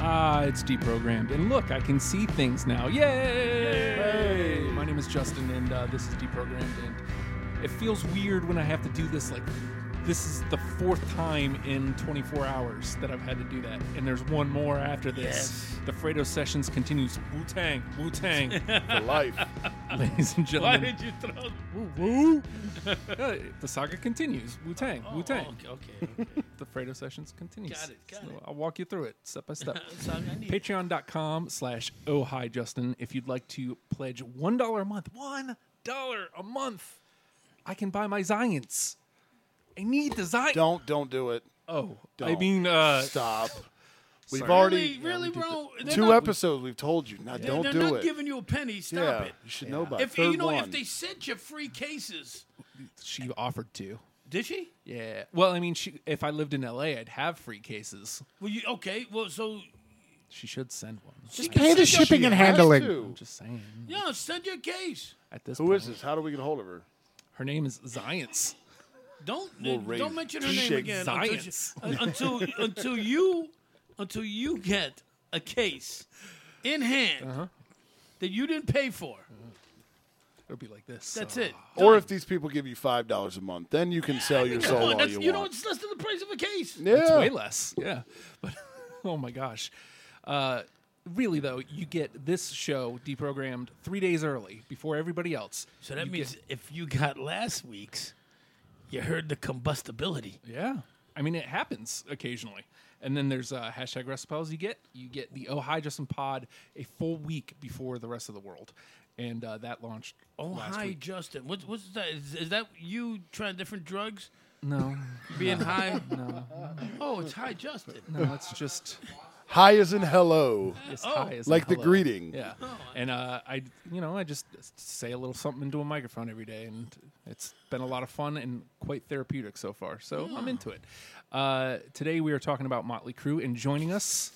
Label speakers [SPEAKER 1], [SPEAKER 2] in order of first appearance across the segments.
[SPEAKER 1] Ah, it's deprogrammed. And look, I can see things now. Yay!
[SPEAKER 2] Hey!
[SPEAKER 1] My name is Justin, and uh, this is deprogrammed. And it feels weird when I have to do this. Like, this is the fourth time in 24 hours that I've had to do that. And there's one more after this.
[SPEAKER 2] Yes.
[SPEAKER 1] The Fredo Sessions continues. Wu Tang, Wu Tang,
[SPEAKER 2] Why
[SPEAKER 3] for life.
[SPEAKER 1] ladies and gentlemen.
[SPEAKER 2] did you throw?
[SPEAKER 1] Woo woo! Uh, the saga continues. Wu Tang,
[SPEAKER 2] Oh,
[SPEAKER 1] Wu Tang.
[SPEAKER 2] Okay. okay, okay.
[SPEAKER 1] The Fredo Sessions continues.
[SPEAKER 2] Got it, got it.
[SPEAKER 1] I'll walk you through it step by step.
[SPEAKER 2] So I need-
[SPEAKER 1] patreon.com slash oh hi justin if you'd like to pledge one dollar a month one dollar a month i can buy my zions i need the zion
[SPEAKER 3] Don't don't do it.
[SPEAKER 1] oh i
[SPEAKER 3] don't.
[SPEAKER 1] mean uh
[SPEAKER 3] Stop. We've
[SPEAKER 1] sorry.
[SPEAKER 3] already
[SPEAKER 2] really, really, bro. They're
[SPEAKER 3] two
[SPEAKER 2] not-
[SPEAKER 3] episodes. We've told you. Now
[SPEAKER 2] They're,
[SPEAKER 3] don't
[SPEAKER 2] they're
[SPEAKER 3] do
[SPEAKER 2] not
[SPEAKER 3] it.
[SPEAKER 2] giving you a penny. Stop
[SPEAKER 3] yeah,
[SPEAKER 2] it.
[SPEAKER 3] you should know about it.
[SPEAKER 2] If
[SPEAKER 3] Third
[SPEAKER 2] you know,
[SPEAKER 3] one.
[SPEAKER 2] if they sent you free cases,
[SPEAKER 1] she offered to
[SPEAKER 2] did she?
[SPEAKER 1] yeah well i mean she, if i lived in la i'd have free cases
[SPEAKER 2] Well, you okay? Well, so
[SPEAKER 1] she should send one
[SPEAKER 2] just
[SPEAKER 4] Pay the
[SPEAKER 3] She
[SPEAKER 4] shipping and
[SPEAKER 3] has
[SPEAKER 4] handling.
[SPEAKER 1] i'm
[SPEAKER 3] to.
[SPEAKER 1] just saying
[SPEAKER 2] Yeah, send your case.
[SPEAKER 1] at this
[SPEAKER 3] Who
[SPEAKER 1] point
[SPEAKER 3] is this? How do we get hold of her?
[SPEAKER 1] her name is zions
[SPEAKER 2] Don't
[SPEAKER 3] We'll raise
[SPEAKER 2] don't mention her
[SPEAKER 3] shit
[SPEAKER 2] name again until, she-
[SPEAKER 1] science.
[SPEAKER 2] until until you until you get a case in hand
[SPEAKER 3] Uh-huh.
[SPEAKER 2] that you didn't pay for.
[SPEAKER 1] it'll be like this
[SPEAKER 2] That's
[SPEAKER 1] Uh,
[SPEAKER 2] it.
[SPEAKER 3] Or if these people give you five dollars a month, then you can sell your
[SPEAKER 2] Come
[SPEAKER 3] soul
[SPEAKER 2] on,
[SPEAKER 3] all
[SPEAKER 2] that's,
[SPEAKER 3] you,
[SPEAKER 2] you know
[SPEAKER 3] want.
[SPEAKER 2] it's less than the price of a case.
[SPEAKER 3] yeah.
[SPEAKER 1] It's way less. Yeah. But oh my gosh. Uh, really though, you get this show deprogrammed three days early before everybody else.
[SPEAKER 2] So that means if you got last week's, you heard the combustibility.
[SPEAKER 1] Yeah. I mean, it happens occasionally. And then there's uh, hashtag recipes you get. You get the Oh Hi Justin Pod a full week before the rest of the world. And uh, that launched
[SPEAKER 2] Oh
[SPEAKER 1] last
[SPEAKER 2] hi,
[SPEAKER 1] week.
[SPEAKER 2] Justin. What's what's that? Is, is that you trying different drugs?
[SPEAKER 1] No,
[SPEAKER 2] Being high? No. Oh, it's hi, Justin.
[SPEAKER 1] no, it's just
[SPEAKER 3] High as in hello,
[SPEAKER 1] it's
[SPEAKER 2] Oh.
[SPEAKER 1] high as in
[SPEAKER 3] like the
[SPEAKER 1] hello.
[SPEAKER 3] greeting.
[SPEAKER 1] Yeah, and uh, I, you know, I just say a little something into a microphone every day, and it's been a lot of fun and quite therapeutic so far. So I'm into it. Uh, today we are talking about Motley Crue, and joining us,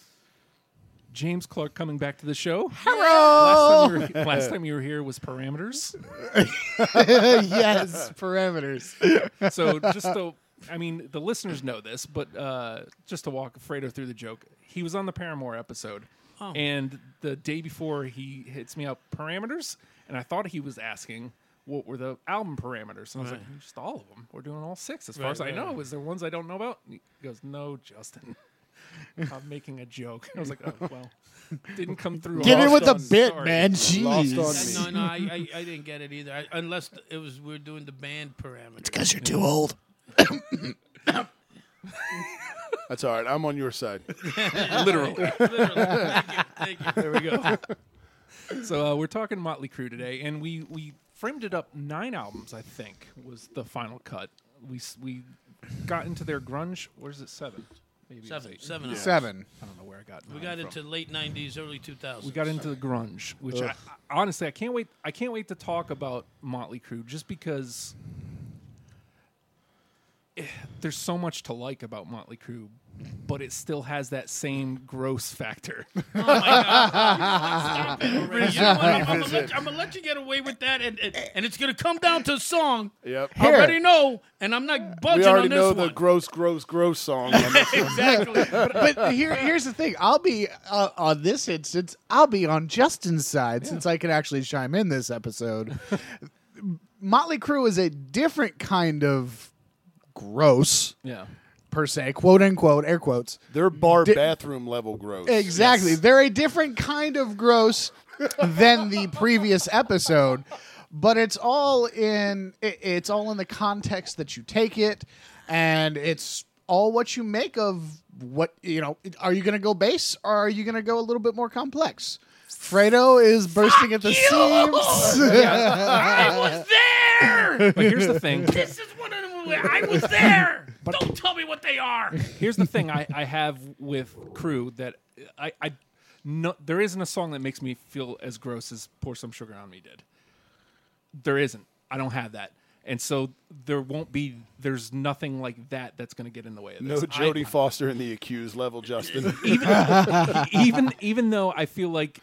[SPEAKER 1] James Clark coming back to the show. Hello. Last time you were, last time you were here was Parameters.
[SPEAKER 4] yes, parameters.
[SPEAKER 1] So just to, I mean, the listeners know this, but uh, just to walk Fredo through the joke, he was on the Paramore episode,
[SPEAKER 2] Oh.
[SPEAKER 1] and the day before he hits me up parameters, and I thought he was asking what were the album parameters, and I was like, just all of them. We're doing all six, as far
[SPEAKER 2] Right,
[SPEAKER 1] as I
[SPEAKER 2] right,
[SPEAKER 1] know. Is there ones I don't know about? And he goes, No, Justin. I'm making a joke. I was like, oh, well, didn't come through.
[SPEAKER 4] Get
[SPEAKER 1] all
[SPEAKER 4] in with
[SPEAKER 1] the
[SPEAKER 4] a bit,
[SPEAKER 1] sorry.
[SPEAKER 4] man.
[SPEAKER 3] Lost on
[SPEAKER 4] Jeez.
[SPEAKER 3] me.
[SPEAKER 2] Uh, No, no, I, I, I didn't get it either. I, unless it was we are doing the band parameters.
[SPEAKER 4] Because you're too old.
[SPEAKER 3] That's all right. I'm on your side.
[SPEAKER 1] Literally.
[SPEAKER 2] Literally. Thank you. Thank you.
[SPEAKER 1] There we go. so uh, we're talking Motley Crue today, and we we framed it up nine albums. I think was the final cut. We s- we got into their grunge. Where's it seven? Maybe it was
[SPEAKER 2] Seven,
[SPEAKER 1] eight.
[SPEAKER 2] seven. of them.
[SPEAKER 4] Seven.
[SPEAKER 1] I don't know where I got.
[SPEAKER 2] We
[SPEAKER 1] nine
[SPEAKER 2] got
[SPEAKER 1] from.
[SPEAKER 2] into late '90s, early 2000s.
[SPEAKER 1] we got into the grunge, which I, I, honestly I can't wait. I can't wait to talk about Motley Crue just because eh, there's so much to like about Motley Crue, but it still has that same gross factor.
[SPEAKER 2] Oh my god! You know what? Stop it already. You know what? I'm, gonna let, I'm gonna let you get away with that, and, and, and it's gonna come down to a song.
[SPEAKER 3] Yep.
[SPEAKER 2] I already know, and I'm not budging
[SPEAKER 3] we already
[SPEAKER 2] on this
[SPEAKER 3] know
[SPEAKER 2] one.
[SPEAKER 3] the gross, gross, gross song. on this one.
[SPEAKER 2] exactly.
[SPEAKER 4] But here, here's the thing. I'll be uh, on this instance. I'll be on Justin's side since I can actually chime in this episode. Motley Crue is a different kind of gross,
[SPEAKER 1] yeah.
[SPEAKER 4] per se, quote unquote, air quotes.
[SPEAKER 3] They're bar bathroom level gross.
[SPEAKER 4] Exactly. They're a different kind of gross than the previous episode, but it's all in it, it's all in the context that you take it and it's all what you make of what you know, are you going to go base or are you going to go a little bit more complex? Fredo is bursting at the seams.
[SPEAKER 2] I was there.
[SPEAKER 1] But here's the thing.
[SPEAKER 2] This is one of them. where I was there. Don't tell me what they are.
[SPEAKER 1] Here's the thing I, I have with crew that I, I no, there isn't a song that makes me feel as gross as "Pour Some Sugar on Me" did. There isn't. I don't have that, and so there won't be. There's nothing like that that's going to get in the way of
[SPEAKER 3] No
[SPEAKER 1] this.
[SPEAKER 3] Jodie Foster in the accused level, Justin.
[SPEAKER 1] I- even even though I feel like,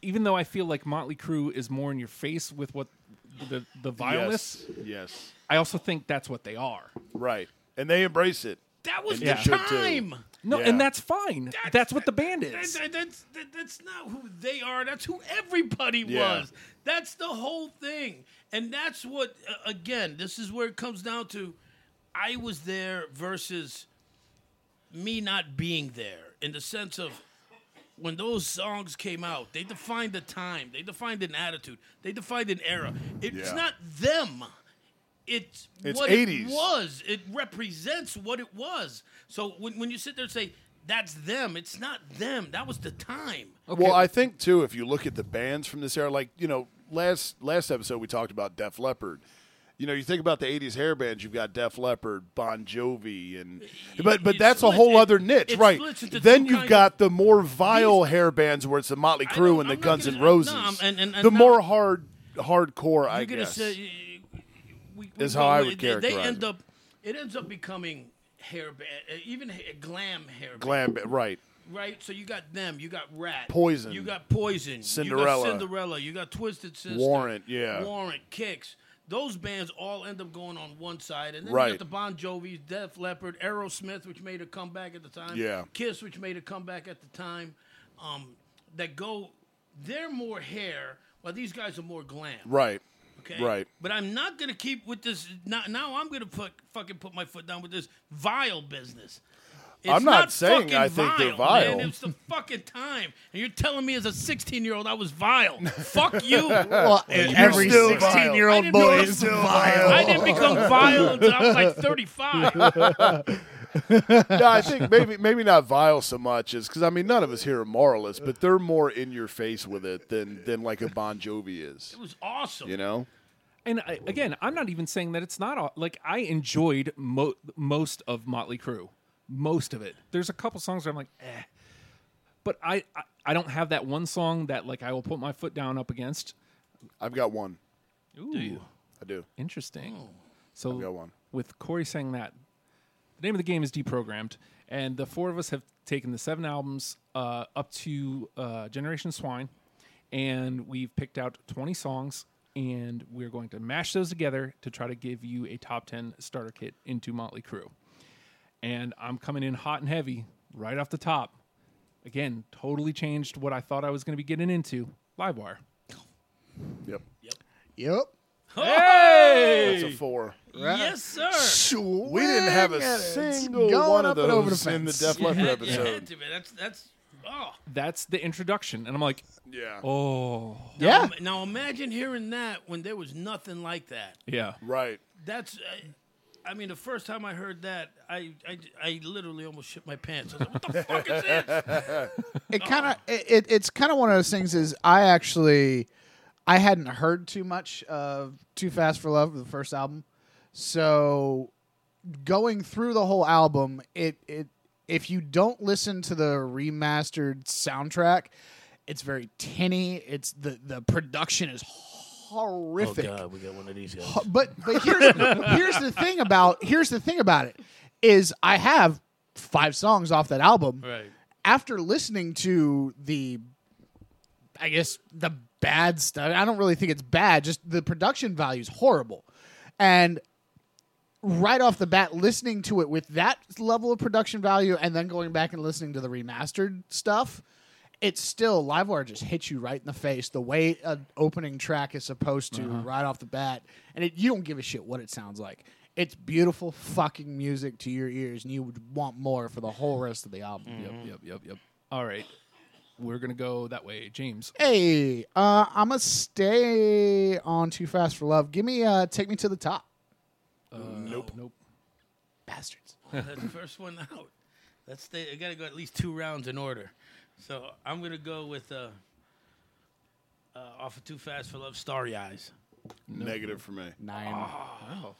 [SPEAKER 1] even though I feel like Motley Crue is more in your face with what the the vileness,
[SPEAKER 3] yes. Yes.
[SPEAKER 1] I also think that's what they are.
[SPEAKER 3] Right. And they embrace it.
[SPEAKER 2] That was
[SPEAKER 3] And you
[SPEAKER 2] the
[SPEAKER 3] should too.
[SPEAKER 2] time.
[SPEAKER 1] No,
[SPEAKER 3] Yeah.
[SPEAKER 1] and that's fine. That's, what the band
[SPEAKER 2] That-
[SPEAKER 1] is.
[SPEAKER 2] that- that's that- that's not who they are. That's who everybody
[SPEAKER 3] Yeah.
[SPEAKER 2] was. That's the whole thing. And that's what uh, again. This is where it comes down to. I was there versus me not being there in the sense of when those songs came out, they defined a time, they defined an attitude, they defined an era. It's
[SPEAKER 3] Yeah.
[SPEAKER 2] not them. It's,
[SPEAKER 3] It's
[SPEAKER 2] what
[SPEAKER 3] 80s.
[SPEAKER 2] it was. It represents what it was. So when, when you sit there and say, that's them, it's not them. That was the time.
[SPEAKER 3] Well, I think too, if you look at the bands from this era, like you know, last last episode we talked about Def Leppard. You know, you think about the '80s hair bands. You've got Def Leppard, Bon Jovi, and but but
[SPEAKER 2] it
[SPEAKER 3] that's a
[SPEAKER 2] splits-
[SPEAKER 3] whole
[SPEAKER 2] it-
[SPEAKER 3] other niche,
[SPEAKER 2] it
[SPEAKER 3] right?
[SPEAKER 2] splits into
[SPEAKER 3] Then
[SPEAKER 2] two
[SPEAKER 3] you've
[SPEAKER 2] kind
[SPEAKER 3] got the more vile hair bands, where it's the Motley
[SPEAKER 2] I
[SPEAKER 3] Crue
[SPEAKER 2] don't-
[SPEAKER 3] and the
[SPEAKER 2] I'm not
[SPEAKER 3] Guns
[SPEAKER 2] gonna-
[SPEAKER 3] N' Roses.
[SPEAKER 2] no, I'm- and- and-
[SPEAKER 3] the
[SPEAKER 2] and
[SPEAKER 3] more
[SPEAKER 2] now-
[SPEAKER 3] hard hardcore, I
[SPEAKER 2] You're going to
[SPEAKER 3] guess.
[SPEAKER 2] say, we, we-
[SPEAKER 3] Is how I
[SPEAKER 2] we-
[SPEAKER 3] would
[SPEAKER 2] they- They
[SPEAKER 3] characterize
[SPEAKER 2] end
[SPEAKER 3] it.
[SPEAKER 2] up, it ends up becoming hair band, uh, even ha- glam hair band.
[SPEAKER 3] Glam, ba- right?
[SPEAKER 2] right? So you got them, you got Rat,
[SPEAKER 3] Poison.
[SPEAKER 2] you got Poison,
[SPEAKER 3] Cinderella.
[SPEAKER 2] you got Cinderella, you got Twisted Sister,
[SPEAKER 3] Warrant, yeah.
[SPEAKER 2] Warrant, Kicks. Those bands all end up going on one side, and then
[SPEAKER 3] Right.
[SPEAKER 2] you got the Bon Jovi's, Def Leppard, Aerosmith, which made a comeback at the time,
[SPEAKER 3] Yeah.
[SPEAKER 2] Kiss, which made a comeback at the time, um, that go. They're more hair, while these guys are more glam,
[SPEAKER 3] Right.
[SPEAKER 2] Okay?
[SPEAKER 3] Right.
[SPEAKER 2] But I'm not gonna keep with this. Now, now I'm gonna put fucking put my foot down with this vile business. It's
[SPEAKER 3] I'm not saying
[SPEAKER 2] fucking
[SPEAKER 3] I think they're
[SPEAKER 2] man.
[SPEAKER 3] vile.
[SPEAKER 2] It's the fucking time, and you're telling me as a 16 year old I was vile. Fuck you.
[SPEAKER 4] Well, every
[SPEAKER 3] still
[SPEAKER 4] 16 year old
[SPEAKER 2] vile. I
[SPEAKER 4] boy
[SPEAKER 2] didn't
[SPEAKER 4] is
[SPEAKER 2] know
[SPEAKER 4] vile.
[SPEAKER 2] I didn't become vile until I was like 35.
[SPEAKER 3] no, I think maybe maybe not vile so much is because I mean none of us here are moralists, but they're more in your face with it than than like a Bon Jovi is.
[SPEAKER 2] It was awesome.
[SPEAKER 3] You know,
[SPEAKER 1] and I, again, I'm not even saying that it's not all, like I enjoyed mo- most of Motley Crue, most of it. There's a couple songs where I'm like, eh, but I, I I don't have that one song that like I will put my foot down up against.
[SPEAKER 3] I've got one.
[SPEAKER 1] Ooh,
[SPEAKER 3] I do.
[SPEAKER 1] interesting. So
[SPEAKER 3] Hmm. got one.
[SPEAKER 1] with Corey saying that, the name of the game is deprogrammed, and the four of us have taken the seven albums uh, up to uh, Generation Swine, and we've picked out 20 songs, and we're going to mash those together to try to give you a top 10 starter kit into Motley Crue. And I'm coming in hot and heavy right off the top. Again, totally changed what I thought I was going to be getting into. Livewire.
[SPEAKER 3] Yep.
[SPEAKER 4] Yep.
[SPEAKER 3] That's a four.
[SPEAKER 2] Yes, sir.
[SPEAKER 3] We didn't have a single
[SPEAKER 4] going
[SPEAKER 3] one
[SPEAKER 4] up
[SPEAKER 3] of
[SPEAKER 4] and over
[SPEAKER 3] those
[SPEAKER 4] the
[SPEAKER 3] in the
[SPEAKER 4] fence.
[SPEAKER 3] Def Leppard
[SPEAKER 2] Had- you had
[SPEAKER 3] episode.
[SPEAKER 2] to, man. That's that's oh.
[SPEAKER 1] That's the introduction, and I'm like,
[SPEAKER 3] Yeah.
[SPEAKER 1] oh,
[SPEAKER 4] Yeah.
[SPEAKER 2] Now, now imagine hearing that when there was nothing like that.
[SPEAKER 1] yeah.
[SPEAKER 3] Right.
[SPEAKER 2] That's, uh, I, I mean, the first time I heard that, I, I, I literally almost shit my pants. I was like, what the fuck is this?
[SPEAKER 4] It kind of it, it- it's kind of one of those things is I actually I hadn't heard too much of Too Fast for Love the first album. So going through the whole album, it it if you don't listen to the remastered soundtrack, it's very tinny. It's the the production is horrific
[SPEAKER 2] we got one of these guys.
[SPEAKER 4] but but here's, here's the thing about here's the thing about it is I have five songs off that album.
[SPEAKER 2] Right.
[SPEAKER 4] After listening to the, I guess the bad stuff. I don't really think it's bad. Just the production value is horrible, and right off the bat, listening to it with that level of production value, and then going back and listening to the remastered stuff. It's still Livewire just hits you right in the face the way an opening track is supposed to right off the bat, and it, you don't give a shit what it sounds like. It's beautiful fucking music to your ears, and you would want more for the whole rest of the album.
[SPEAKER 1] Yep, yep, yep, yep. Mm-hmm. All right. We're going to go that way. James.
[SPEAKER 4] Hey, uh, I'm gonna stay on Too Fast for Love. Give me, uh, take me to the top,
[SPEAKER 1] nope. Nope.
[SPEAKER 4] bastards.
[SPEAKER 2] That's the first one out. Let's stay. I got to go at least two rounds in order. So I'm going to go with, uh, uh, off of Too Fast for Love, Starry Eyes.
[SPEAKER 3] Negative for me.
[SPEAKER 4] Nine.
[SPEAKER 2] Oh,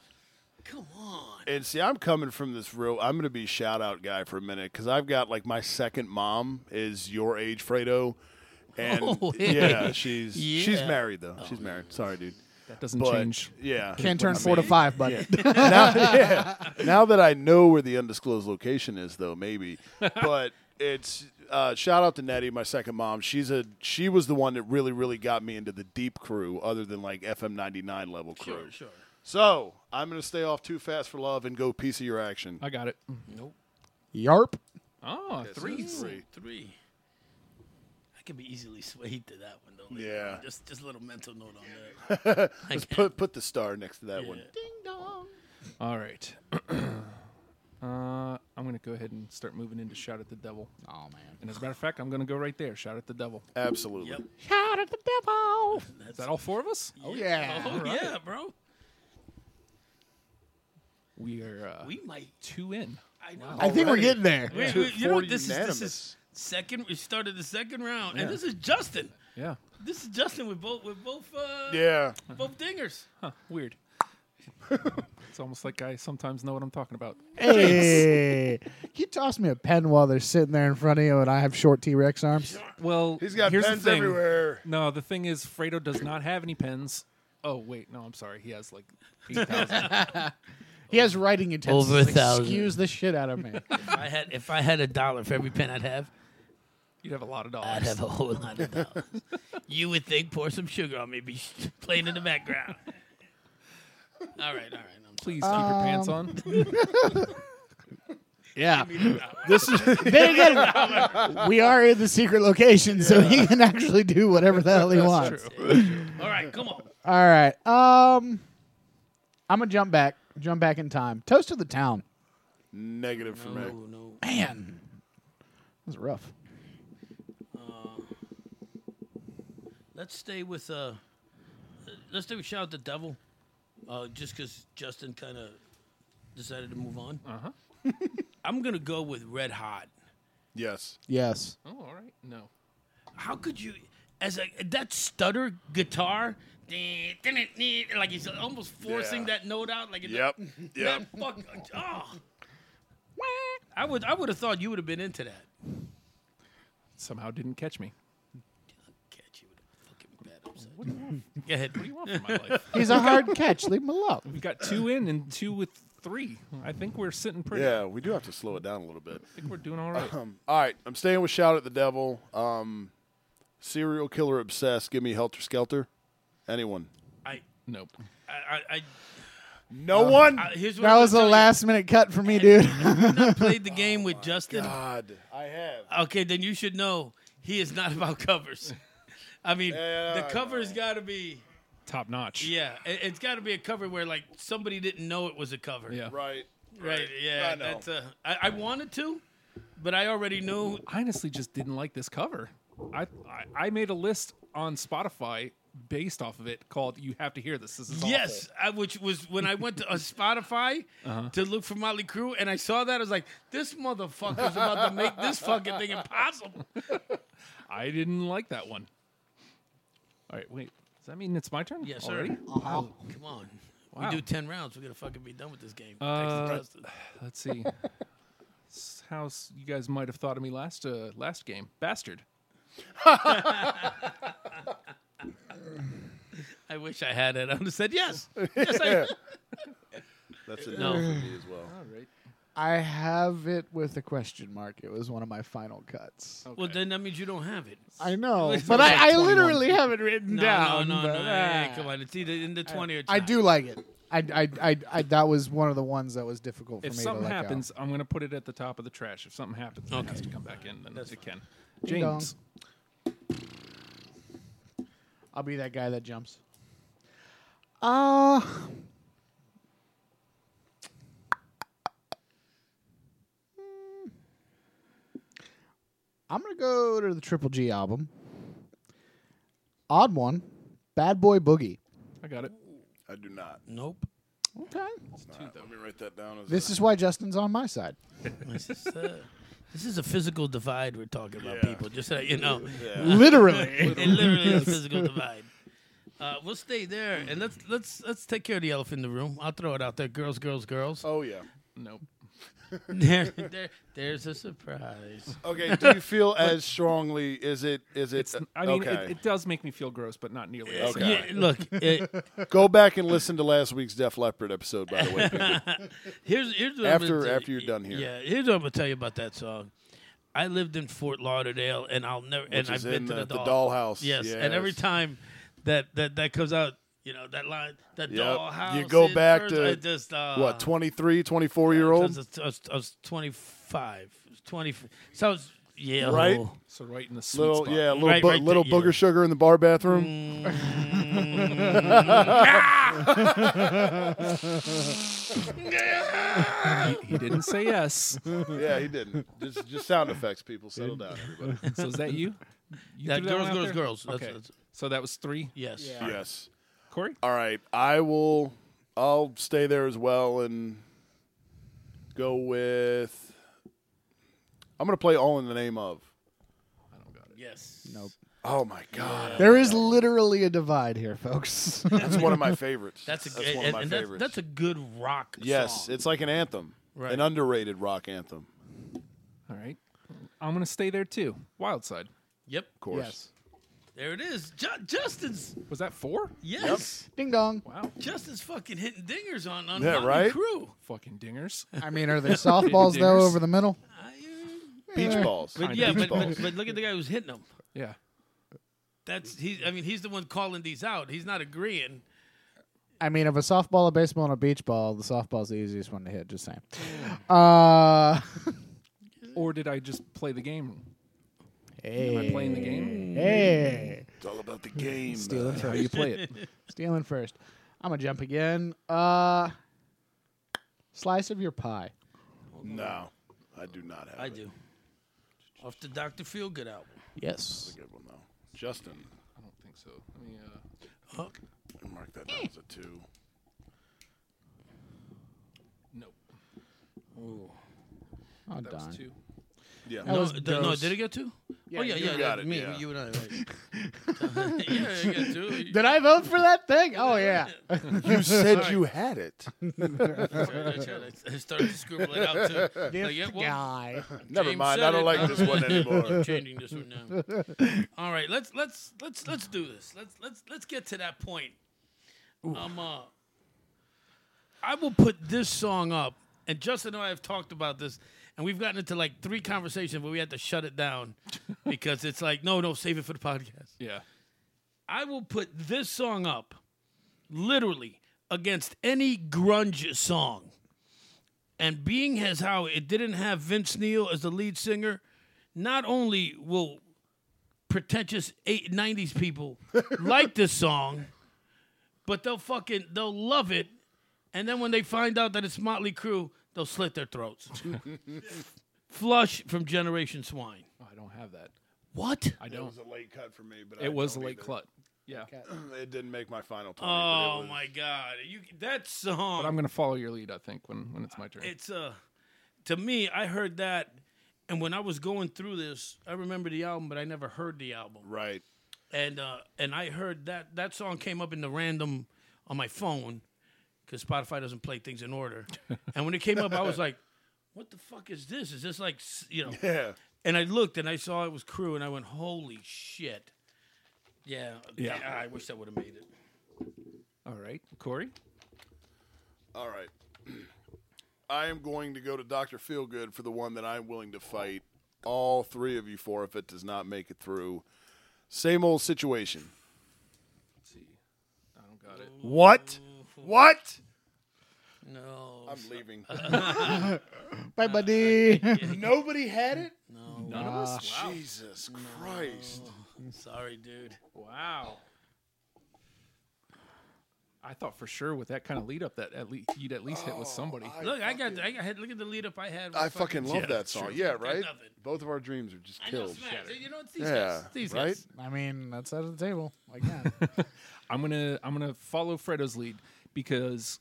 [SPEAKER 2] Come on.
[SPEAKER 3] And see, I'm coming from this real. I'm going to be shout out guy for a minute because I've got like my second mom is your age, Fredo, and
[SPEAKER 2] Oh, hey.
[SPEAKER 3] yeah, she's she's
[SPEAKER 2] Yeah.
[SPEAKER 3] married though. She's married. Sorry, dude.
[SPEAKER 1] That doesn't
[SPEAKER 3] But
[SPEAKER 1] change.
[SPEAKER 3] yeah,
[SPEAKER 4] Oh. Can't turn four to five, buddy.
[SPEAKER 3] now, yeah. now that I know where the undisclosed location is, though, maybe. But it's uh, shout out to Nettie, my second mom. She's a she was the one that really really got me into the deep crew, other than like FM ninety nine level crew.
[SPEAKER 2] Sure, sure.
[SPEAKER 3] So I'm gonna stay off too fast for love and go piece of your action.
[SPEAKER 1] I got it.
[SPEAKER 2] Nope.
[SPEAKER 4] Yarp.
[SPEAKER 1] Oh,
[SPEAKER 3] This is
[SPEAKER 1] threes.
[SPEAKER 3] three.
[SPEAKER 2] Three. I could be easily swayed to that one though.
[SPEAKER 3] Yeah.
[SPEAKER 2] Just just a little mental note on that. I
[SPEAKER 3] Let's
[SPEAKER 2] can't-
[SPEAKER 3] put put the star next to that
[SPEAKER 2] yeah.
[SPEAKER 3] one.
[SPEAKER 1] All right. uh, I'm going to go ahead and start moving into Shout at the Devil.
[SPEAKER 4] Oh man.
[SPEAKER 1] And as a matter of fact, I'm going to go right there. Shout at the Devil.
[SPEAKER 3] Absolutely.
[SPEAKER 2] Yep.
[SPEAKER 4] Shout at the devil.
[SPEAKER 1] Is that all four of us?
[SPEAKER 4] Oh yeah.
[SPEAKER 2] Oh yeah, bro.
[SPEAKER 1] We are uh,
[SPEAKER 2] We might.
[SPEAKER 1] two in.
[SPEAKER 2] I know.
[SPEAKER 4] I think we're getting there.
[SPEAKER 2] Wait,
[SPEAKER 3] Two
[SPEAKER 2] wait, you know
[SPEAKER 3] forty
[SPEAKER 2] what this is? This
[SPEAKER 3] unanimous.
[SPEAKER 2] is second. We started the second round,
[SPEAKER 1] Yeah.
[SPEAKER 2] and this is Justin.
[SPEAKER 1] Yeah.
[SPEAKER 2] This is Justin with both with both uh,
[SPEAKER 3] Yeah.
[SPEAKER 2] both dingers.
[SPEAKER 1] Huh. Weird. it's almost like I sometimes know what I'm talking about.
[SPEAKER 4] Hey, can you toss me a pen while they're sitting there in front of you, and I have short T Rex arms?
[SPEAKER 1] Well,
[SPEAKER 3] He's got
[SPEAKER 1] here's the
[SPEAKER 3] pens
[SPEAKER 1] thing.
[SPEAKER 3] everywhere.
[SPEAKER 1] No, the thing is, Fredo does not have any pens. Oh wait, no, I'm sorry. He has like eight thousand.
[SPEAKER 4] He has writing intensities.
[SPEAKER 2] Over a thousand.
[SPEAKER 4] Excuse the shit out of me.
[SPEAKER 2] If I had if I had a dollar for every pen I'd have,
[SPEAKER 1] You'd have a lot of
[SPEAKER 2] I'd
[SPEAKER 1] dollars.
[SPEAKER 2] have a whole lot of dollars. you would think pour some sugar on me, be playing in the background. all right, all right. I'm
[SPEAKER 1] Please keep your pants
[SPEAKER 2] Um,
[SPEAKER 1] on.
[SPEAKER 4] yeah.
[SPEAKER 3] This is
[SPEAKER 4] Then again, we are in the secret location, so he can actually do whatever the hell he wants.
[SPEAKER 2] sorry. All right, come on.
[SPEAKER 4] All right. Um, I'm gonna jump back, jump back in time. Toast to the town,
[SPEAKER 3] negative for me.
[SPEAKER 2] No, no.
[SPEAKER 4] man. That was rough.
[SPEAKER 2] Let's stay with uh, let's stay with shout out the devil, uh, just because Justin kind of decided to move on. Uh huh.
[SPEAKER 3] Uh-huh.
[SPEAKER 2] I'm gonna go with Red Hot.
[SPEAKER 3] Yes.
[SPEAKER 4] Yes.
[SPEAKER 1] Oh, all right. No.
[SPEAKER 2] How could you, as a that stutter guitar, like he's almost forcing
[SPEAKER 3] Yeah.
[SPEAKER 2] that note out, like it-
[SPEAKER 3] Yep. Yep.
[SPEAKER 2] That fuck. Oh. I would I would have thought you would have been into that.
[SPEAKER 1] Somehow didn't catch me.
[SPEAKER 2] Catch you with a fucking bad upset. Go ahead. What do you
[SPEAKER 1] What for my life?
[SPEAKER 4] He's a hard catch. Leave him alone.
[SPEAKER 1] We got two in and two with three. I think we're sitting pretty.
[SPEAKER 3] Yeah, we do have to slow it down a little bit.
[SPEAKER 1] I think we're doing all right.
[SPEAKER 3] Um, all right, I'm staying with Shout at the Devil. Um, serial killer obsessed. Give me Helter Skelter. Anyone?
[SPEAKER 2] I
[SPEAKER 1] nope.
[SPEAKER 2] I I,
[SPEAKER 3] No one.
[SPEAKER 2] I here's what
[SPEAKER 4] That
[SPEAKER 2] I'm
[SPEAKER 4] was
[SPEAKER 2] gonna
[SPEAKER 4] a
[SPEAKER 2] tell you.
[SPEAKER 4] last minute cut for me, dude.
[SPEAKER 2] I played the game
[SPEAKER 3] Oh
[SPEAKER 2] with Justin.
[SPEAKER 3] God, I have.
[SPEAKER 2] Okay, then you should know he is not about covers. I mean,
[SPEAKER 3] Yeah,
[SPEAKER 2] the
[SPEAKER 3] I
[SPEAKER 2] cover's got to be
[SPEAKER 1] Top notch.
[SPEAKER 2] yeah. It, has got to be a cover where like somebody didn't know it was a cover.
[SPEAKER 1] Yeah.
[SPEAKER 3] Right.
[SPEAKER 2] Right. Yeah.
[SPEAKER 3] I know.
[SPEAKER 2] That's uh, I, I wanted to, but I already knew
[SPEAKER 1] I honestly just didn't like this cover. I, I I made a list on Spotify based off of it called "You Have to Hear This." This is awful."
[SPEAKER 2] Yes, I, which was when I went to uh, Spotify
[SPEAKER 1] Uh-huh.
[SPEAKER 2] to look for Motley Crue, and I saw that I was like, "This motherfucker's about to make this fucking thing impossible."
[SPEAKER 1] I didn't like that one. All right, wait. Does that mean it's my turn?
[SPEAKER 2] Yes, sir.
[SPEAKER 1] already.
[SPEAKER 2] Oh, come on,
[SPEAKER 1] Wow.
[SPEAKER 2] we do ten rounds. We're gonna fucking be done with this game. Thanks to
[SPEAKER 1] Uh,
[SPEAKER 2] Justin.
[SPEAKER 1] Let's see. S- How s- you guys might have thought of me last uh, last game, bastard.
[SPEAKER 2] I wish I had it. I would have said yes. Yes, I.
[SPEAKER 3] That's a
[SPEAKER 2] No.
[SPEAKER 3] no for me as well.
[SPEAKER 1] All right.
[SPEAKER 4] I have it with a question mark. It was one of my final cuts.
[SPEAKER 2] Well, then that means you don't have it.
[SPEAKER 4] I know,
[SPEAKER 2] It's
[SPEAKER 4] but
[SPEAKER 2] like
[SPEAKER 4] I, I
[SPEAKER 1] 21.
[SPEAKER 4] literally have it written
[SPEAKER 2] No,
[SPEAKER 4] down.
[SPEAKER 2] no, no,
[SPEAKER 4] but,
[SPEAKER 2] no. Hey,
[SPEAKER 4] ah.
[SPEAKER 2] come on, it's either in the twenty or. It's
[SPEAKER 4] I
[SPEAKER 2] not.
[SPEAKER 4] do like it. I, I, I, I, that was one of the ones that was difficult for
[SPEAKER 1] If
[SPEAKER 4] me
[SPEAKER 1] something
[SPEAKER 4] to let
[SPEAKER 1] happens, I'm going to put it at the top of the trash. If something happens, it has
[SPEAKER 2] Okay.
[SPEAKER 1] to come back in. Then it can.
[SPEAKER 4] Ding dong.
[SPEAKER 1] James.
[SPEAKER 4] go. I'll be that guy that jumps. Uh, I'm gonna go to the Triple G album. Odd one, Bad Boy Boogie.
[SPEAKER 1] I got it.
[SPEAKER 3] I do not.
[SPEAKER 2] Nope.
[SPEAKER 4] Okay,
[SPEAKER 3] All right, let me write that down. As
[SPEAKER 4] this
[SPEAKER 3] a-
[SPEAKER 4] is why Justin's on my side.
[SPEAKER 2] This is, uh, this is a physical divide we're talking about,
[SPEAKER 3] Yeah.
[SPEAKER 2] people. Just so you know.
[SPEAKER 4] Literally.
[SPEAKER 2] it literally is physical divide. Uh, we'll stay there and let's let's let's take care of the elephant in the room. I'll throw it out there, girls, girls, girls.
[SPEAKER 3] Oh yeah.
[SPEAKER 1] Nope.
[SPEAKER 2] There, there, there's a surprise.
[SPEAKER 3] Okay. Do you feel as strongly? Is it? Is it?
[SPEAKER 1] It's. I mean,
[SPEAKER 3] okay.
[SPEAKER 1] it, it does make me feel gross, but not nearly. as
[SPEAKER 3] Okay.
[SPEAKER 2] Yeah, look, it,
[SPEAKER 3] Go back and listen to last week's Def Leppard episode. By the way, people.
[SPEAKER 2] here's here's what I'm
[SPEAKER 3] after
[SPEAKER 2] gonna tell
[SPEAKER 3] after
[SPEAKER 2] you.
[SPEAKER 3] you're done here.
[SPEAKER 2] Yeah, here's what I'm gonna tell you about that song. I lived in Fort Lauderdale, and I'll never. and
[SPEAKER 3] Which
[SPEAKER 2] I've
[SPEAKER 3] is
[SPEAKER 2] been
[SPEAKER 3] in
[SPEAKER 2] to the,
[SPEAKER 3] the- the
[SPEAKER 2] doll-
[SPEAKER 3] dollhouse,
[SPEAKER 2] Yes, and every
[SPEAKER 3] yes.
[SPEAKER 2] time that that that comes out, You know that line, that
[SPEAKER 3] Yep.
[SPEAKER 2] dollhouse.
[SPEAKER 3] You go
[SPEAKER 2] in
[SPEAKER 3] back
[SPEAKER 2] first,
[SPEAKER 3] to-
[SPEAKER 2] I just, uh,
[SPEAKER 3] what 23, 24 year
[SPEAKER 2] I
[SPEAKER 3] old?
[SPEAKER 2] was, I was, I was 25, 20. So I was, yeah,
[SPEAKER 3] Right?
[SPEAKER 1] So right in the sweet
[SPEAKER 3] Little
[SPEAKER 1] spot.
[SPEAKER 3] yeah, little
[SPEAKER 2] Right,
[SPEAKER 3] bu-
[SPEAKER 2] right
[SPEAKER 3] little
[SPEAKER 2] there, yeah.
[SPEAKER 3] booger sugar in the bar bathroom.
[SPEAKER 2] Mm.
[SPEAKER 1] He, he didn't say yes.
[SPEAKER 3] Yeah, he didn't. Just just sound effects, people. Settle down, everybody.
[SPEAKER 1] So is that you? you
[SPEAKER 2] Yeah,
[SPEAKER 1] threw
[SPEAKER 2] girls,
[SPEAKER 1] one out
[SPEAKER 2] girls,
[SPEAKER 1] there?
[SPEAKER 2] girls. That's-
[SPEAKER 1] okay.
[SPEAKER 2] that's-
[SPEAKER 1] so that was three.
[SPEAKER 2] Yes.
[SPEAKER 3] yes.
[SPEAKER 1] Corey.
[SPEAKER 3] All right, I will. I'll stay there as well and go with. I'm gonna play all in the name of.
[SPEAKER 1] I don't got it.
[SPEAKER 2] Yes.
[SPEAKER 4] Nope.
[SPEAKER 3] Oh my god,
[SPEAKER 4] There is literally a divide here, folks.
[SPEAKER 3] that's one of my favorites.
[SPEAKER 2] That's a
[SPEAKER 3] that's
[SPEAKER 2] and-
[SPEAKER 3] one of my
[SPEAKER 2] and that's,
[SPEAKER 3] favorites.
[SPEAKER 2] that's a good rock
[SPEAKER 3] yes,
[SPEAKER 2] song.
[SPEAKER 3] it's like an anthem,
[SPEAKER 2] Right.
[SPEAKER 3] an underrated rock anthem.
[SPEAKER 1] All right. I'm gonna stay there too. Wild side.
[SPEAKER 2] yep.
[SPEAKER 3] Of course.
[SPEAKER 4] Yes.
[SPEAKER 2] There it is. Ju- Justin's
[SPEAKER 1] Was that four?
[SPEAKER 2] yes.
[SPEAKER 4] Ding dong.
[SPEAKER 1] Wow.
[SPEAKER 2] Justin's fucking hitting dingers on on
[SPEAKER 3] Yeah,
[SPEAKER 2] Motley
[SPEAKER 3] right?
[SPEAKER 2] crew.
[SPEAKER 1] Fucking dingers.
[SPEAKER 4] I mean, are there softballs though
[SPEAKER 1] Dingers.
[SPEAKER 4] over the middle?
[SPEAKER 2] I,
[SPEAKER 3] Beach balls.
[SPEAKER 2] but yeah,
[SPEAKER 1] Beach
[SPEAKER 2] but,
[SPEAKER 1] balls.
[SPEAKER 2] but, but look at the guy who's hitting them.
[SPEAKER 1] Yeah.
[SPEAKER 2] That's he. I mean, he's the one calling these out. He's not agreeing.
[SPEAKER 4] I mean, of a softball, a baseball, and a beach ball, the softball's the easiest one to hit. Just saying. Uh,
[SPEAKER 1] Or did I just play the game? Am I
[SPEAKER 4] hey,
[SPEAKER 1] playing the game?
[SPEAKER 4] hey,
[SPEAKER 3] It's all about the game.
[SPEAKER 4] stealing
[SPEAKER 1] How
[SPEAKER 4] first,
[SPEAKER 1] you play it?
[SPEAKER 4] stealing first. I'm gonna jump again. Uh, slice of your pie.
[SPEAKER 3] No, I do not have.
[SPEAKER 2] I
[SPEAKER 3] it.
[SPEAKER 2] do. Off the Dr. Feelgood album.
[SPEAKER 4] Yes.
[SPEAKER 3] Good one though. Justin,
[SPEAKER 1] I don't think so. Let me. Uh,
[SPEAKER 3] mark that
[SPEAKER 2] Eh.
[SPEAKER 3] down as a two.
[SPEAKER 1] nope.
[SPEAKER 4] Oh
[SPEAKER 1] That
[SPEAKER 4] darn.
[SPEAKER 1] was two.
[SPEAKER 3] Yeah.
[SPEAKER 4] That
[SPEAKER 2] No,
[SPEAKER 4] was
[SPEAKER 2] d- no,
[SPEAKER 4] gross.
[SPEAKER 2] did it get two? oh yeah,
[SPEAKER 3] you
[SPEAKER 2] yeah,
[SPEAKER 3] got
[SPEAKER 2] that-
[SPEAKER 3] it,
[SPEAKER 2] Me,
[SPEAKER 3] yeah.
[SPEAKER 2] you and I. Right. yeah, it got two.
[SPEAKER 4] Did I vote for that thing? Oh yeah.
[SPEAKER 3] You said you had it.
[SPEAKER 2] I tried to- I started to scribble it out too. Like, yeah, well,
[SPEAKER 4] Guy.
[SPEAKER 3] Never
[SPEAKER 2] James
[SPEAKER 3] mind.
[SPEAKER 2] said
[SPEAKER 3] I don't
[SPEAKER 2] it.
[SPEAKER 3] like this one anymore.
[SPEAKER 2] I'm changing this one now. All right, let's let's let's let's do this. Let's let's let's get to that point. Um, uh, I will put this song up, and Justin and I have talked about this, and we've gotten into like three conversations where we had to shut it down because it's like, no, no, save it for the podcast.
[SPEAKER 1] Yeah.
[SPEAKER 2] I will put this song up, literally against any grunge song. And being as how it didn't have Vince Neil as the lead singer, not only will pretentious eight, 90s people like this song, but they'll fucking they'll love it. And then when they find out that it's Motley Crue, they'll slit their throats. Flush from Generation Swine.
[SPEAKER 1] Oh, I don't have that.
[SPEAKER 2] What?
[SPEAKER 1] I
[SPEAKER 3] It
[SPEAKER 1] don't.
[SPEAKER 3] was a late cut for me, but I
[SPEAKER 1] It was a
[SPEAKER 3] don't
[SPEAKER 1] late
[SPEAKER 3] either.
[SPEAKER 1] clut. Yeah.
[SPEAKER 3] It didn't make my final twenty. but it
[SPEAKER 2] Oh
[SPEAKER 3] was-
[SPEAKER 2] my god! You that song.
[SPEAKER 1] But I'm gonna follow your lead. I think when when it's my turn.
[SPEAKER 2] it's uh to me i heard that and when i was going through this i remember the album but i never heard the album
[SPEAKER 3] Right.
[SPEAKER 2] and uh and i heard that that song came up in the random on my phone because spotify doesn't play things in order and when it came up i was like what the fuck is this is this like s- you know
[SPEAKER 3] Yeah.
[SPEAKER 2] and i looked and i saw it was crew and i went holy shit yeah
[SPEAKER 1] Yeah.
[SPEAKER 2] i wish that would have made it
[SPEAKER 1] All right, Corey.
[SPEAKER 3] All right. I am going to go to Doctor Feelgood for the one that I'm willing to fight all three of you for if it does not make it through. Same old situation.
[SPEAKER 1] Let's see. I don't got it.
[SPEAKER 3] What? What?
[SPEAKER 2] no
[SPEAKER 3] I'm leaving.
[SPEAKER 4] Bye, buddy.
[SPEAKER 3] Um, Nobody had it.
[SPEAKER 1] None of us. Wow.
[SPEAKER 3] Jesus Christ.
[SPEAKER 2] sorry dude
[SPEAKER 1] Wow. I thought for sure with that kind of lead up that at least you'd at least hit with
[SPEAKER 3] Oh,
[SPEAKER 1] somebody.
[SPEAKER 2] Look, I got, I got. Look at the lead up I had. with
[SPEAKER 3] I fucking love
[SPEAKER 1] Yeah,
[SPEAKER 3] that
[SPEAKER 1] that's
[SPEAKER 3] song.
[SPEAKER 1] true.
[SPEAKER 3] Yeah,
[SPEAKER 2] I
[SPEAKER 3] right.
[SPEAKER 2] love it.
[SPEAKER 3] Both of our dreams are just
[SPEAKER 2] I know,
[SPEAKER 3] killed.
[SPEAKER 2] smack. You know, it's these
[SPEAKER 3] Yeah,
[SPEAKER 2] guys. These
[SPEAKER 3] right?
[SPEAKER 2] guys.
[SPEAKER 4] I mean, that's out of the table again.
[SPEAKER 1] I'm gonna I'm gonna follow Fredo's lead because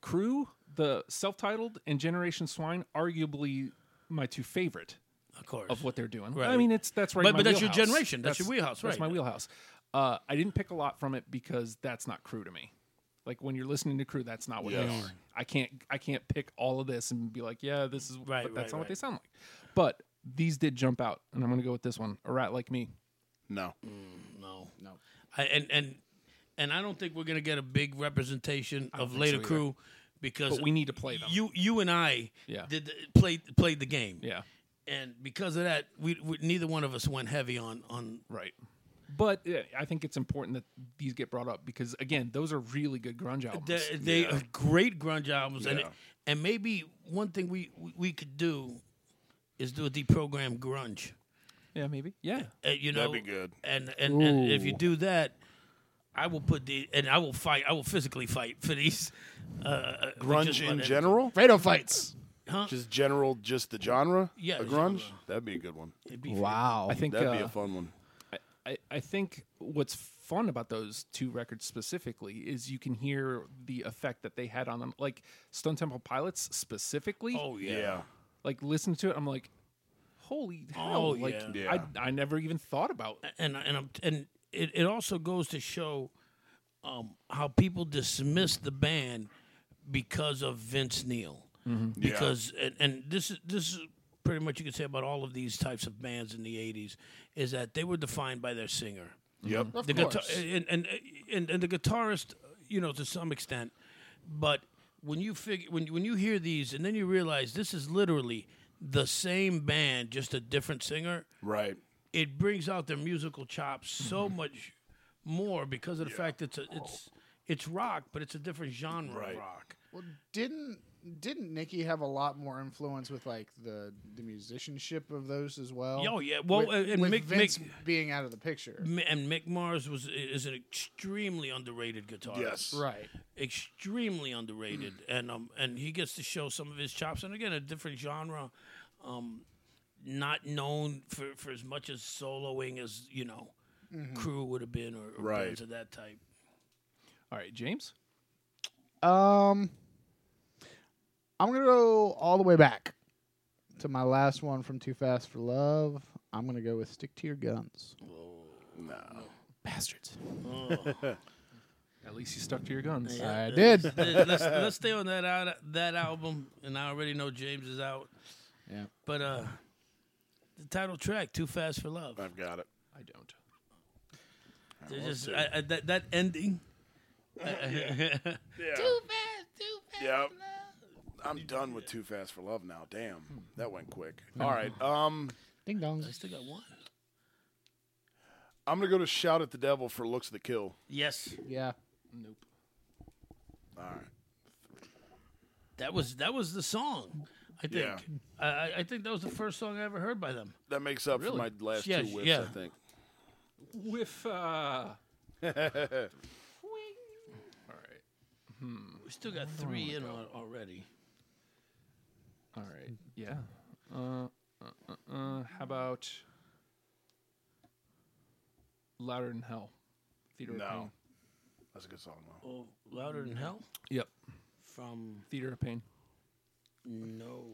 [SPEAKER 1] Crew, the self-titled, and Generation Swine, arguably my two favorite
[SPEAKER 2] Of course.
[SPEAKER 1] of what they're doing. I
[SPEAKER 2] Right.
[SPEAKER 1] mean, it's that's right.
[SPEAKER 2] But-
[SPEAKER 1] in my
[SPEAKER 2] but that's your
[SPEAKER 1] wheelhouse.
[SPEAKER 2] generation. That's your wheelhouse,
[SPEAKER 1] That's
[SPEAKER 2] right.
[SPEAKER 1] my wheelhouse. Uh, I didn't pick a lot from it because that's not Crew to me. Like when you're listening to Crew, that's not what they
[SPEAKER 3] Yes.
[SPEAKER 1] are. I can't I can't pick all of this and be like, yeah, this is
[SPEAKER 2] Right,
[SPEAKER 1] but that's not
[SPEAKER 2] right,
[SPEAKER 1] what
[SPEAKER 2] right.
[SPEAKER 1] they sound like. But these did jump out, and I'm gonna go with this one. A rat like me.
[SPEAKER 3] No.
[SPEAKER 2] Mm. no,
[SPEAKER 4] No.
[SPEAKER 2] I, and and and I don't think we're gonna get a big representation of later
[SPEAKER 1] either.
[SPEAKER 2] crew because
[SPEAKER 1] But we need to play them.
[SPEAKER 2] you you and I
[SPEAKER 1] Yeah.
[SPEAKER 2] did the- played played the game
[SPEAKER 1] yeah.
[SPEAKER 2] and because of that we, we neither one of us went heavy on on
[SPEAKER 1] Right. But uh, I think it's important that these get brought up because again, those are really good grunge albums.
[SPEAKER 2] They, they are great grunge albums, and
[SPEAKER 3] Yeah.
[SPEAKER 2] and maybe one thing we, we we could do is do a deprogram grunge.
[SPEAKER 1] yeah, maybe. Yeah,
[SPEAKER 2] Uh, you know,
[SPEAKER 3] That'd be good.
[SPEAKER 2] And and, and if you do that, I will put the and I will fight. I will physically fight for these. Uh, uh, for just
[SPEAKER 3] Grunge in
[SPEAKER 2] about
[SPEAKER 3] general,
[SPEAKER 4] Fredo fights.
[SPEAKER 2] huh?
[SPEAKER 3] just general, just the genre.
[SPEAKER 2] Yeah,
[SPEAKER 3] of
[SPEAKER 2] just
[SPEAKER 3] grunge.
[SPEAKER 2] genre.
[SPEAKER 3] That'd be a good one.
[SPEAKER 2] It'd be-
[SPEAKER 4] Wow.
[SPEAKER 1] I think
[SPEAKER 3] That'd
[SPEAKER 1] uh,
[SPEAKER 3] be a fun one.
[SPEAKER 1] I, I think what's fun about those two records specifically is you can hear the effect that they had on them. Like Stone Temple Pilots specifically,
[SPEAKER 2] Oh yeah.
[SPEAKER 3] Yeah.
[SPEAKER 1] like listen to it, I'm like, holy hell!
[SPEAKER 2] Oh,
[SPEAKER 1] like
[SPEAKER 2] yeah.
[SPEAKER 1] I I never even thought about
[SPEAKER 2] and and I'm, and it, it also goes to show um, how people dismiss the band because of Vince Neil.
[SPEAKER 3] Mm-hmm.
[SPEAKER 2] Because and, and this is this is pretty much you could say about all of these types of bands in the '80s is that they were defined by their singer.
[SPEAKER 3] Yep.
[SPEAKER 4] Of
[SPEAKER 2] the guitar
[SPEAKER 4] course.
[SPEAKER 2] and, and and and the guitarist, you know, to some extent, but when you figure when you- when you hear these and then you realize this is literally the same band, just a different singer
[SPEAKER 3] Right.
[SPEAKER 2] it brings out their musical chops so much more because of the fact it's a, it's it's rock, but it's a different genre
[SPEAKER 3] Right.
[SPEAKER 2] of rock.
[SPEAKER 4] Well, didn't didn't Nikki have a lot more influence with like the the musicianship of those as well?
[SPEAKER 2] Oh, yeah. Well,
[SPEAKER 4] With-
[SPEAKER 2] and- and
[SPEAKER 4] with
[SPEAKER 2] Mick-
[SPEAKER 4] Vince
[SPEAKER 2] Mick-
[SPEAKER 4] being out of the picture.
[SPEAKER 2] M- And Mick Mars was is an extremely underrated guitarist.
[SPEAKER 3] Yes.
[SPEAKER 4] Right.
[SPEAKER 2] extremely underrated, and um, and he gets to show some of his chops. And again, a different genre, um, not known for, for as much as soloing as you know, Crew would have been or, or
[SPEAKER 3] Right.
[SPEAKER 2] bands of that type.
[SPEAKER 1] All right, James.
[SPEAKER 4] Um, I'm gonna go all the way back to my last one from Too Fast for Love. I'm gonna go with Stick to Your Guns.
[SPEAKER 3] No.
[SPEAKER 4] Bastards.
[SPEAKER 1] At least you stuck to your guns.
[SPEAKER 4] I did.
[SPEAKER 2] let's, let's- let's stay on that out, that album, and I already know James is out.
[SPEAKER 4] Yeah.
[SPEAKER 2] But uh, the title track, "Too Fast for Love,"
[SPEAKER 3] I've got it.
[SPEAKER 1] I don't.
[SPEAKER 2] They're just I, I, that that ending.
[SPEAKER 3] Yeah. Too fast. Too fast. Yep. I'm done with Too Fast for Love now.
[SPEAKER 2] Hmm.
[SPEAKER 3] Damn, that went quick. All right. Um,
[SPEAKER 4] Ding dong.
[SPEAKER 2] I still got one.
[SPEAKER 3] I'm gonna go to Shout at the Devil for Looks the Kill.
[SPEAKER 2] Yes,
[SPEAKER 4] Yeah.
[SPEAKER 1] Nope.
[SPEAKER 3] All right.
[SPEAKER 2] that was that was the song. I think
[SPEAKER 3] Yeah.
[SPEAKER 2] I, I- I think that was the first song I ever heard by them.
[SPEAKER 3] That makes up for my last
[SPEAKER 2] Yeah,
[SPEAKER 3] two whiffs,
[SPEAKER 2] yeah.
[SPEAKER 3] I think.
[SPEAKER 1] With uh. All right.
[SPEAKER 2] We still got three in on already.
[SPEAKER 1] All right. Yeah. Uh, uh, uh, uh, how about louder than hell? Theater
[SPEAKER 3] No.
[SPEAKER 1] of pain.
[SPEAKER 3] That's a good song though.
[SPEAKER 2] Oh, louder than hell
[SPEAKER 1] Yep.
[SPEAKER 2] from
[SPEAKER 1] Theater of pain.
[SPEAKER 2] no.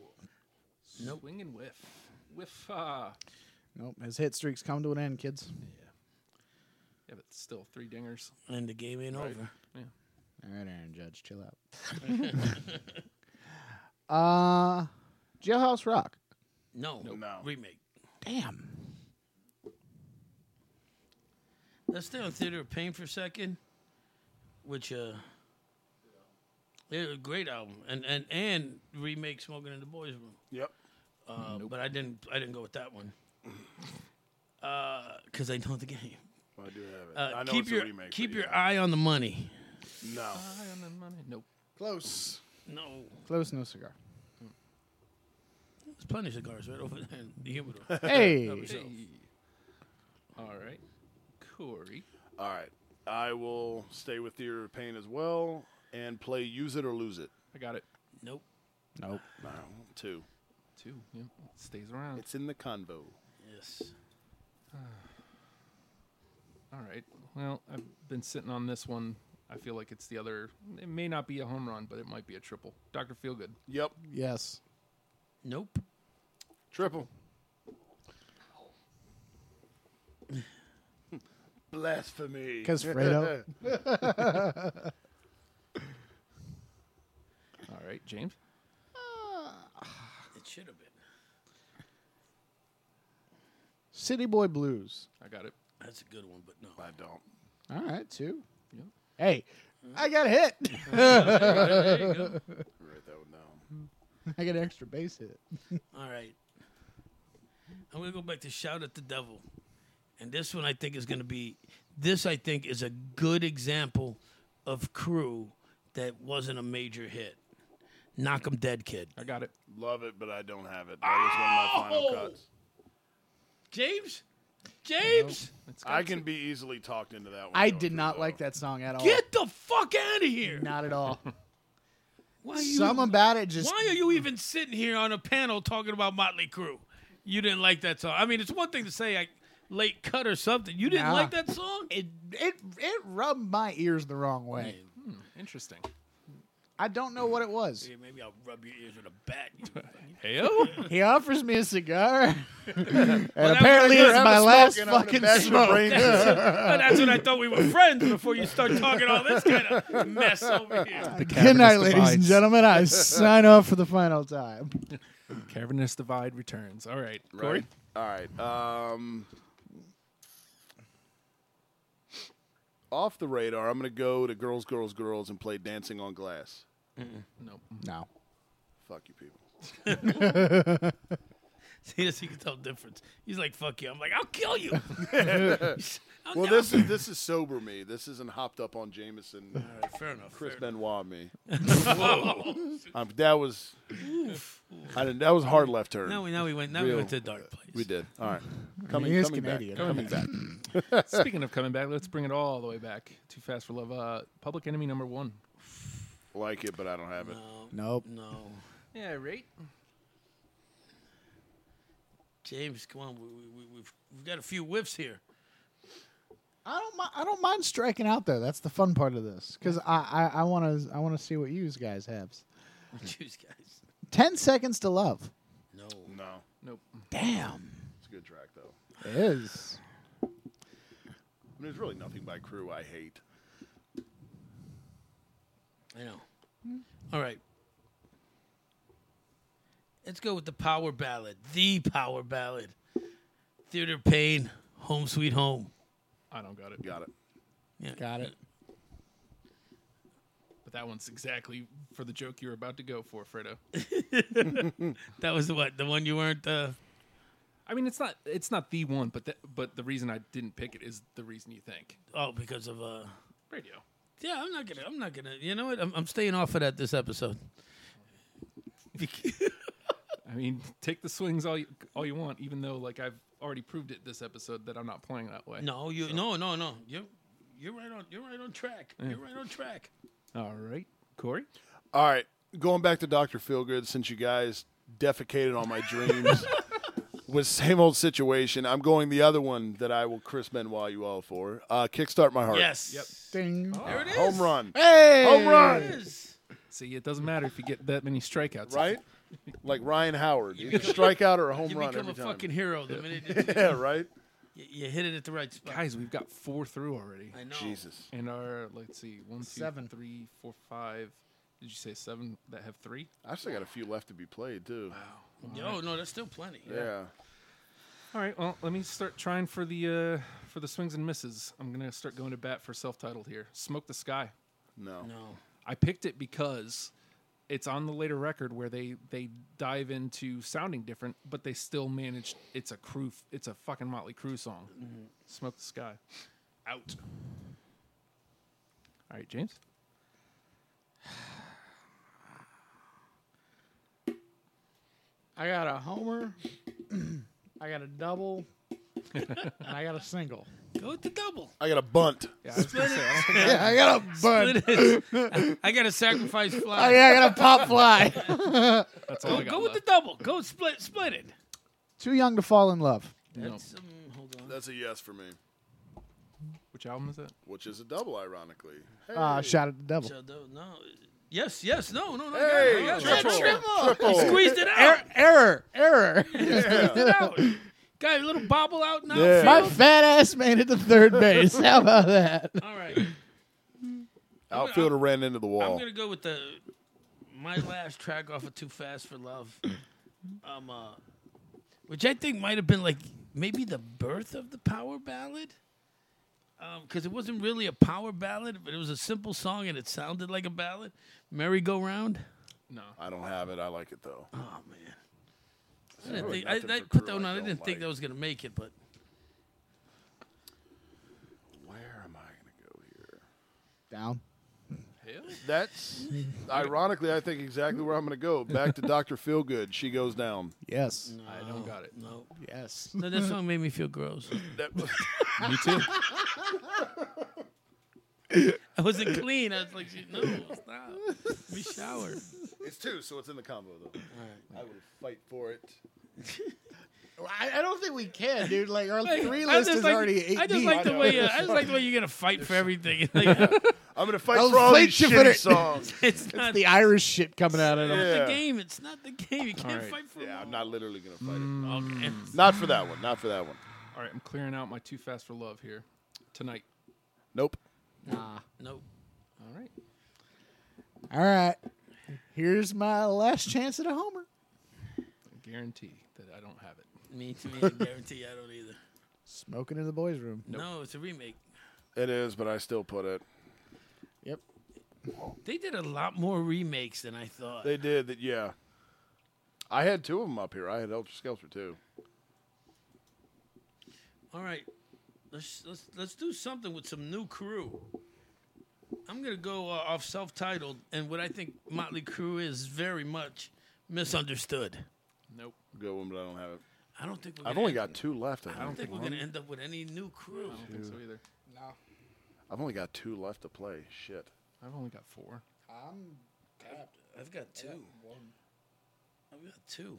[SPEAKER 1] Nope. Swing and whiff. Whiff. Uh,
[SPEAKER 4] Nope. His hit streaks come to an end, kids.
[SPEAKER 1] yeah, but still three dingers.
[SPEAKER 2] And the game ain't over.
[SPEAKER 4] All right, Aaron Judge, chill out. uh, Jailhouse Rock.
[SPEAKER 2] No,
[SPEAKER 3] No.
[SPEAKER 2] remake.
[SPEAKER 4] Damn.
[SPEAKER 2] Let's stay on Theater of Pain for a second, which uh, they're a great album, and and and remake Smoking in the Boys Room,
[SPEAKER 3] Yep.
[SPEAKER 2] uh, but I didn't I didn't go with that one, because I know the game.
[SPEAKER 3] I do have it.
[SPEAKER 2] Uh,
[SPEAKER 3] I know
[SPEAKER 2] keep
[SPEAKER 3] it's
[SPEAKER 2] your
[SPEAKER 3] a remake.
[SPEAKER 2] keep
[SPEAKER 3] but
[SPEAKER 2] your
[SPEAKER 3] yeah.
[SPEAKER 2] eye Uh, on the money.
[SPEAKER 3] No.
[SPEAKER 1] Eye on the money. Nope.
[SPEAKER 4] Close.
[SPEAKER 2] No,
[SPEAKER 4] Close, no cigar.
[SPEAKER 2] there's plenty of cigars right over there in the humidor.
[SPEAKER 4] Hey.
[SPEAKER 2] So-
[SPEAKER 1] Hey. All right. Corey.
[SPEAKER 3] All right. I will stay with Theater of Pain as well and play Use It or Lose It.
[SPEAKER 1] I got it.
[SPEAKER 2] nope.
[SPEAKER 4] nope.
[SPEAKER 3] No, two.
[SPEAKER 1] Two. Yep. Stays around.
[SPEAKER 3] It's in the convo.
[SPEAKER 2] Yes.
[SPEAKER 1] All right. Well, I've been sitting on this one. I feel like it's the other. It may not be a home run, but it might be a triple. Doctor Feelgood.
[SPEAKER 3] Yep.
[SPEAKER 4] Yes.
[SPEAKER 2] Nope.
[SPEAKER 3] Triple. Blasphemy.
[SPEAKER 4] Because Fredo.
[SPEAKER 1] All right, James.
[SPEAKER 2] It should have been.
[SPEAKER 4] City Boy Blues.
[SPEAKER 1] I got it.
[SPEAKER 2] That's a good one, but no.
[SPEAKER 3] I don't.
[SPEAKER 4] All right, two.
[SPEAKER 1] Yeah.
[SPEAKER 4] Hey, I got hit.
[SPEAKER 3] Write that one down.
[SPEAKER 4] I got an extra base hit.
[SPEAKER 2] All right. I'm going to go back to Shout at the Devil. And this one I think is going to be this I think is a good example of crew that wasn't a major hit. Knock 'em dead kid.
[SPEAKER 1] I got it.
[SPEAKER 3] Love it, but I don't have it. That was one of my
[SPEAKER 2] Oh!
[SPEAKER 3] final cuts.
[SPEAKER 2] James? James?
[SPEAKER 1] It's got
[SPEAKER 3] I can be easily talked into that one.
[SPEAKER 4] I
[SPEAKER 3] though,
[SPEAKER 4] did
[SPEAKER 3] too,
[SPEAKER 4] not
[SPEAKER 3] though.
[SPEAKER 4] like that song at all.
[SPEAKER 2] Get the fuck out of here.
[SPEAKER 4] not at all.
[SPEAKER 2] Why are you
[SPEAKER 4] Some about it just
[SPEAKER 2] Why are you even sitting here on a panel talking about Motley Crue? You didn't like that song. I mean, it's one thing to say I late cut or something. You didn't
[SPEAKER 4] Nah.
[SPEAKER 2] like that song?
[SPEAKER 4] it it it rubbed my ears the wrong way.
[SPEAKER 1] interesting.
[SPEAKER 4] I don't know what it was.
[SPEAKER 2] Yeah, maybe I'll rub your ears with a bat. you
[SPEAKER 1] Heyo.
[SPEAKER 2] fucking-
[SPEAKER 4] He offers me a cigar, and
[SPEAKER 2] that's
[SPEAKER 4] apparently
[SPEAKER 2] what I
[SPEAKER 3] Have
[SPEAKER 4] it's
[SPEAKER 3] a
[SPEAKER 4] my
[SPEAKER 3] smoke
[SPEAKER 4] last
[SPEAKER 3] and I'm gonna
[SPEAKER 4] fucking
[SPEAKER 3] bash your
[SPEAKER 4] smoke.
[SPEAKER 3] brains in.
[SPEAKER 2] But that's what I thought we were friends before you start talking all this kind of mess over here.
[SPEAKER 4] Good night,
[SPEAKER 1] Cavernous
[SPEAKER 4] ladies and
[SPEAKER 1] divides.
[SPEAKER 4] gentlemen. I sign off for the final time.
[SPEAKER 1] Cavernous divide returns. All right, Corey.
[SPEAKER 3] Right. All right. Um, off the radar, I'm going to go to Girls, Girls, Girls and play Dancing on Glass.
[SPEAKER 1] No.
[SPEAKER 4] No.
[SPEAKER 3] Fuck you people.
[SPEAKER 2] See, this, you can tell difference. He's like, "Fuck you." I'm like, "I'll kill you." I'm
[SPEAKER 3] Well,
[SPEAKER 2] not-
[SPEAKER 3] this is this is sober me. This isn't hopped up on Jameson,
[SPEAKER 2] All right, fair enough.
[SPEAKER 3] Chris
[SPEAKER 2] fair
[SPEAKER 3] Benoit me.
[SPEAKER 2] enough.
[SPEAKER 3] Um, that was I didn't, that was hard left turn.
[SPEAKER 2] now we now we went now we
[SPEAKER 3] Real.
[SPEAKER 2] went to a dark place.
[SPEAKER 3] we did. All right. Coming,
[SPEAKER 4] he is
[SPEAKER 3] coming
[SPEAKER 4] Canadian.
[SPEAKER 3] back. Coming back.
[SPEAKER 1] Speaking of coming back, let's bring it all the way back. Too fast for love. Uh, Public Enemy number one.
[SPEAKER 3] Like it, but I don't have it.
[SPEAKER 4] Nope.
[SPEAKER 2] Um, No,
[SPEAKER 1] Yeah, right.
[SPEAKER 2] James, come on. We, we, we- we've we've got a few whiffs here.
[SPEAKER 4] I don't. mi- I don't mind striking out though. That's the fun part of this because I I want to I want to see what you guys have.
[SPEAKER 2] Jeez, guys.
[SPEAKER 4] Ten seconds to love.
[SPEAKER 2] No.
[SPEAKER 3] No.
[SPEAKER 1] Nope.
[SPEAKER 4] Damn.
[SPEAKER 3] It's a good track though. I
[SPEAKER 4] It is.
[SPEAKER 3] mean, there's really nothing by crew I hate.
[SPEAKER 2] I know. All right. Let's go with the power ballad. The power ballad. Theater of Pain, Home Sweet Home.
[SPEAKER 1] I don't got it.
[SPEAKER 3] Got it.
[SPEAKER 2] Yeah.
[SPEAKER 4] Got it.
[SPEAKER 1] But that one's exactly for the joke you were about to go for, Fredo.
[SPEAKER 2] That was the what? The one you weren't uh
[SPEAKER 1] I mean, it's not it's not the one, but the, but the reason I didn't pick it is the reason you think.
[SPEAKER 2] oh because of uh
[SPEAKER 1] Radio.
[SPEAKER 2] Yeah, I'm not gonna I'm not gonna you know what? I'm I'm staying off of that this episode. Bec-
[SPEAKER 1] I mean, take the swings all you, all you want, even though like I've already proved it this episode that I'm not playing that way.
[SPEAKER 2] no, you no no no. You you're right on you're right on track. You're right on track.
[SPEAKER 1] All right, Corey.
[SPEAKER 3] All right, going back to Doctor Feelgood, since you guys defecated on my dreams with same old situation, I'm going the other one that I will Chris Benoit you all for. Uh, Kickstart my heart.
[SPEAKER 2] Yes.
[SPEAKER 1] Yep.
[SPEAKER 4] Ding.
[SPEAKER 2] There it is.
[SPEAKER 3] Home run.
[SPEAKER 4] Hey.
[SPEAKER 3] Home
[SPEAKER 2] There it
[SPEAKER 3] run.
[SPEAKER 2] is.
[SPEAKER 1] See, it doesn't matter if you get that many strikeouts,
[SPEAKER 3] Right. Like Ryan Howard, you can strike out or a home
[SPEAKER 2] You
[SPEAKER 3] run
[SPEAKER 2] become
[SPEAKER 3] every
[SPEAKER 2] a
[SPEAKER 3] time.
[SPEAKER 2] fucking hero the minute you-
[SPEAKER 3] yeah, right.
[SPEAKER 2] you, you hit it at the right spot.
[SPEAKER 1] Guys, we've got four through already,
[SPEAKER 2] I know.
[SPEAKER 3] Jesus.
[SPEAKER 1] and our let's see, one, two,
[SPEAKER 4] Seven.
[SPEAKER 1] three, four, five. Did you say seven that have three?
[SPEAKER 3] I've still got a few left to be played too.
[SPEAKER 2] Yo, no, that's still plenty.
[SPEAKER 3] Yeah.
[SPEAKER 1] All right. Well, let me start trying for the uh, for the swings and misses. I'm gonna start going to bat for self-titled here. Smoke the sky.
[SPEAKER 3] No.
[SPEAKER 2] No.
[SPEAKER 1] I picked it because it's on the later record where they they dive into sounding different, but they still manage. It's a crew. It's a fucking Motley Crue song. Smoke the sky. Out. All right, James.
[SPEAKER 4] I got a homer. I got a double. and I got a single.
[SPEAKER 2] Go with the double.
[SPEAKER 3] I got a bunt.
[SPEAKER 1] Yeah, I was gonna say, I don't think
[SPEAKER 4] Yeah, I got a bud.
[SPEAKER 2] I got to sacrifice
[SPEAKER 4] I,
[SPEAKER 2] fly.
[SPEAKER 4] I got a pop fly.
[SPEAKER 1] that's all I got
[SPEAKER 2] Go with the
[SPEAKER 1] left.
[SPEAKER 2] double. Go split, split it.
[SPEAKER 4] Too young to fall in love.
[SPEAKER 1] No.
[SPEAKER 2] That's, um, hold on.
[SPEAKER 3] That's a yes for me,
[SPEAKER 1] Which album is that?
[SPEAKER 3] which is a double, ironically. Hey.
[SPEAKER 4] Ah, shot at the devil.
[SPEAKER 2] So, no, no. Yes, yes, no, no, no.
[SPEAKER 3] Hey,
[SPEAKER 2] I got it, I got
[SPEAKER 3] triple,
[SPEAKER 2] it.
[SPEAKER 3] triple.
[SPEAKER 2] I Squeezed it out.
[SPEAKER 4] Er- error, error.
[SPEAKER 2] Squeezed it out. Got a little bobble out now.
[SPEAKER 3] Yeah.
[SPEAKER 4] My fat ass made it to third base. How about that?
[SPEAKER 2] All right.
[SPEAKER 3] Outfielder ran into the
[SPEAKER 2] I'm
[SPEAKER 3] wall.
[SPEAKER 2] gonna go with the my last track off of Too Fast for Love, um, uh, which I think might have been like maybe the birth of the power ballad, because it wasn't really a power ballad, but it was a simple song and it sounded like a ballad. Merry Go Round.
[SPEAKER 1] No.
[SPEAKER 3] I don't have it. I like it though.
[SPEAKER 2] Oh man, I didn't
[SPEAKER 3] really
[SPEAKER 2] think I,
[SPEAKER 3] nothing
[SPEAKER 2] I
[SPEAKER 3] for
[SPEAKER 2] put
[SPEAKER 3] crew
[SPEAKER 2] that one
[SPEAKER 3] I
[SPEAKER 2] on. I
[SPEAKER 3] don't
[SPEAKER 2] didn't think
[SPEAKER 3] like.
[SPEAKER 2] that was gonna make it, but
[SPEAKER 4] Down.
[SPEAKER 3] That's ironically, I think exactly where I'm going to go. Back to Doctor Feelgood. She goes down.
[SPEAKER 4] Yes.
[SPEAKER 1] I don't got it.
[SPEAKER 2] No.
[SPEAKER 4] Yes.
[SPEAKER 2] No, that song made me feel gross.
[SPEAKER 3] That,
[SPEAKER 1] Me too.
[SPEAKER 2] I wasn't clean. I was like, no, stop. Be showered.
[SPEAKER 3] it's two, so it's in the combo though. I would fight for it.
[SPEAKER 4] I, I don't think we can, dude. Like our three
[SPEAKER 2] I
[SPEAKER 4] list
[SPEAKER 2] just
[SPEAKER 4] is
[SPEAKER 2] like-
[SPEAKER 4] already eight
[SPEAKER 2] I just
[SPEAKER 4] deep.
[SPEAKER 2] like the way uh, I just like the way you're gonna fight for everything. Like,
[SPEAKER 3] I'm going to fight
[SPEAKER 4] I'll
[SPEAKER 3] for all
[SPEAKER 4] fight
[SPEAKER 3] these
[SPEAKER 4] you for
[SPEAKER 3] shitty
[SPEAKER 4] it.
[SPEAKER 3] songs.
[SPEAKER 2] it's not
[SPEAKER 4] the Irish shit coming out of them.
[SPEAKER 3] Yeah.
[SPEAKER 2] the game. It's not the game. You can't
[SPEAKER 1] right.
[SPEAKER 2] fight for
[SPEAKER 3] Yeah,
[SPEAKER 2] yeah,
[SPEAKER 3] I'm not literally going to fight it.
[SPEAKER 4] Mm.
[SPEAKER 2] Okay.
[SPEAKER 3] Not Mm. for that one. Not for that one.
[SPEAKER 1] All right, I'm clearing out my Too Fast for Love here tonight.
[SPEAKER 3] Nope.
[SPEAKER 2] Nope.
[SPEAKER 1] All right.
[SPEAKER 4] All right. Here's my last chance at a homer.
[SPEAKER 1] I guarantee that I don't have it.
[SPEAKER 2] Me, me, I guarantee I don't either.
[SPEAKER 4] Smoking in the boys' room.
[SPEAKER 2] No, it's a remake.
[SPEAKER 3] It is, but I still put it.
[SPEAKER 4] Yep.
[SPEAKER 2] They did a lot more remakes than I thought.
[SPEAKER 3] They did that. Yeah. I had two of them up here. I had Elder Skelter too.
[SPEAKER 2] All right, let's let's let's do something with some new crew. I'm gonna go uh, off self-titled, and what I think Motley Crue is very much misunderstood.
[SPEAKER 1] Nope.
[SPEAKER 3] Good one, but I don't have it.
[SPEAKER 2] I don't think we're
[SPEAKER 3] I've
[SPEAKER 2] gonna
[SPEAKER 3] only
[SPEAKER 2] end-
[SPEAKER 3] got two left. I
[SPEAKER 2] I don't
[SPEAKER 3] think.
[SPEAKER 2] think we're gonna end up with any new crew.
[SPEAKER 1] I don't think so either.
[SPEAKER 3] I've only got two left to play. Shit.
[SPEAKER 1] I've only got four.
[SPEAKER 4] I'm
[SPEAKER 2] I've got two. I've got two.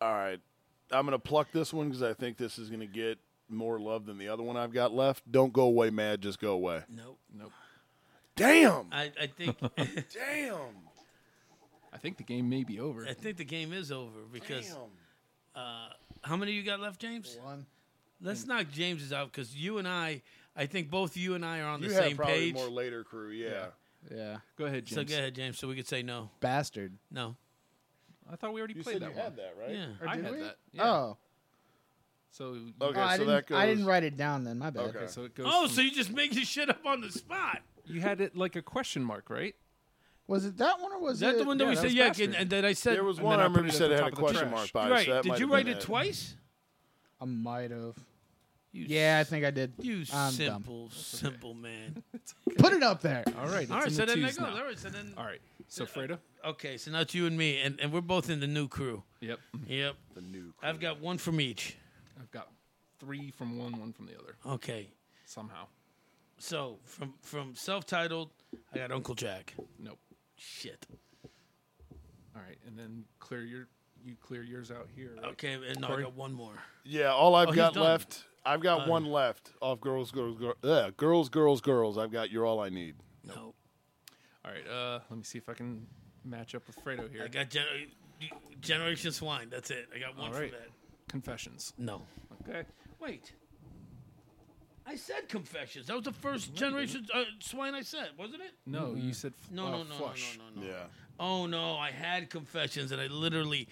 [SPEAKER 3] All right. I'm going to pluck this one because I think this is going to get more love than the other one I've got left. Don't go away, mad. Just go away.
[SPEAKER 2] Nope.
[SPEAKER 1] Nope.
[SPEAKER 3] Damn.
[SPEAKER 2] I, I think I
[SPEAKER 3] Damn.
[SPEAKER 1] I think the game may be over.
[SPEAKER 2] think the game is over because
[SPEAKER 3] Damn.
[SPEAKER 2] how many you got left, James?
[SPEAKER 4] one.
[SPEAKER 2] Let's knock James's out because you and I, I think both you and I are on
[SPEAKER 3] You
[SPEAKER 2] the
[SPEAKER 3] have
[SPEAKER 2] same
[SPEAKER 3] probably
[SPEAKER 2] page.
[SPEAKER 3] more later crew. Yeah.
[SPEAKER 4] Yeah.
[SPEAKER 1] Go ahead,
[SPEAKER 2] So
[SPEAKER 1] James.
[SPEAKER 2] go ahead, James. So we could say no,
[SPEAKER 4] Bastard.
[SPEAKER 2] no.
[SPEAKER 1] I thought we already
[SPEAKER 3] You
[SPEAKER 1] played
[SPEAKER 3] said
[SPEAKER 1] that
[SPEAKER 3] you
[SPEAKER 1] one.
[SPEAKER 3] had that, right?
[SPEAKER 2] Yeah.
[SPEAKER 1] I
[SPEAKER 4] Did
[SPEAKER 1] had
[SPEAKER 4] we?
[SPEAKER 1] that. Yeah.
[SPEAKER 4] Oh.
[SPEAKER 1] So you-
[SPEAKER 3] Okay,
[SPEAKER 4] Oh, I,
[SPEAKER 3] so
[SPEAKER 4] didn't,
[SPEAKER 3] that goes.
[SPEAKER 4] I didn't write it down then. My bad.
[SPEAKER 3] Okay.
[SPEAKER 1] so it goes.
[SPEAKER 2] Oh,
[SPEAKER 1] from-
[SPEAKER 2] so you just make your shit up on the spot?
[SPEAKER 1] you had it like a question mark, right?
[SPEAKER 4] Was it that one or was
[SPEAKER 2] Is that
[SPEAKER 4] it
[SPEAKER 2] the one that
[SPEAKER 1] yeah,
[SPEAKER 2] we
[SPEAKER 1] that
[SPEAKER 2] said?
[SPEAKER 1] was
[SPEAKER 2] Yeah,
[SPEAKER 1] bastard.
[SPEAKER 2] and, and that I said
[SPEAKER 3] There was
[SPEAKER 1] And
[SPEAKER 3] one
[SPEAKER 1] then
[SPEAKER 3] I
[SPEAKER 1] I
[SPEAKER 3] remember
[SPEAKER 1] put
[SPEAKER 3] you
[SPEAKER 1] it at
[SPEAKER 3] said
[SPEAKER 1] the
[SPEAKER 3] it
[SPEAKER 1] top
[SPEAKER 3] had a
[SPEAKER 1] of the
[SPEAKER 3] question
[SPEAKER 1] trash.
[SPEAKER 3] mark by it.
[SPEAKER 2] right.
[SPEAKER 3] so that might
[SPEAKER 2] Did you
[SPEAKER 3] have
[SPEAKER 2] write
[SPEAKER 3] been
[SPEAKER 2] it twice?
[SPEAKER 4] I might have.
[SPEAKER 2] You
[SPEAKER 4] Yeah, I
[SPEAKER 2] s-
[SPEAKER 4] think I did.
[SPEAKER 2] You
[SPEAKER 4] I'm dumb.
[SPEAKER 2] simple, simple man.
[SPEAKER 4] Put it up there.
[SPEAKER 1] All right. It's
[SPEAKER 2] All right,
[SPEAKER 1] in
[SPEAKER 2] so
[SPEAKER 1] the
[SPEAKER 2] then that
[SPEAKER 1] twos
[SPEAKER 2] goes.
[SPEAKER 1] now.
[SPEAKER 2] All right, so then.
[SPEAKER 1] All right. So Fredo.
[SPEAKER 2] Okay, so now it's you and me, and, and we're both in the new crew.
[SPEAKER 1] Yep.
[SPEAKER 2] Yep.
[SPEAKER 3] The new crew.
[SPEAKER 2] I've got one from each.
[SPEAKER 1] I've got three from one, one from the other.
[SPEAKER 2] Okay.
[SPEAKER 1] Somehow.
[SPEAKER 2] So from from self titled, I got Uncle Jack.
[SPEAKER 1] Nope.
[SPEAKER 2] Shit.
[SPEAKER 1] All right, and then clear your you clear yours out here. right?
[SPEAKER 2] Okay, and now I
[SPEAKER 1] Corey?
[SPEAKER 2] got one more.
[SPEAKER 3] Yeah, all I've
[SPEAKER 2] he's
[SPEAKER 3] got
[SPEAKER 2] done.
[SPEAKER 3] left. I've got one left off girls, girls, girls. Uh, girls, girls, girls. I've got you're all I need.
[SPEAKER 2] No.
[SPEAKER 1] All right. Uh, let me see if I can match up with Fredo here.
[SPEAKER 2] I got gener- Generation Swine. That's it. I got one
[SPEAKER 1] All right.
[SPEAKER 2] from that.
[SPEAKER 1] Confessions.
[SPEAKER 2] No.
[SPEAKER 1] Okay.
[SPEAKER 2] Wait. I said confessions. That was the first generation uh, swine I said, wasn't it?
[SPEAKER 1] No, you said f-
[SPEAKER 2] No,
[SPEAKER 1] uh,
[SPEAKER 2] no, no, no,
[SPEAKER 1] flush.
[SPEAKER 2] no, no, no.
[SPEAKER 3] Yeah.
[SPEAKER 2] Oh no, I had confessions, and I literally,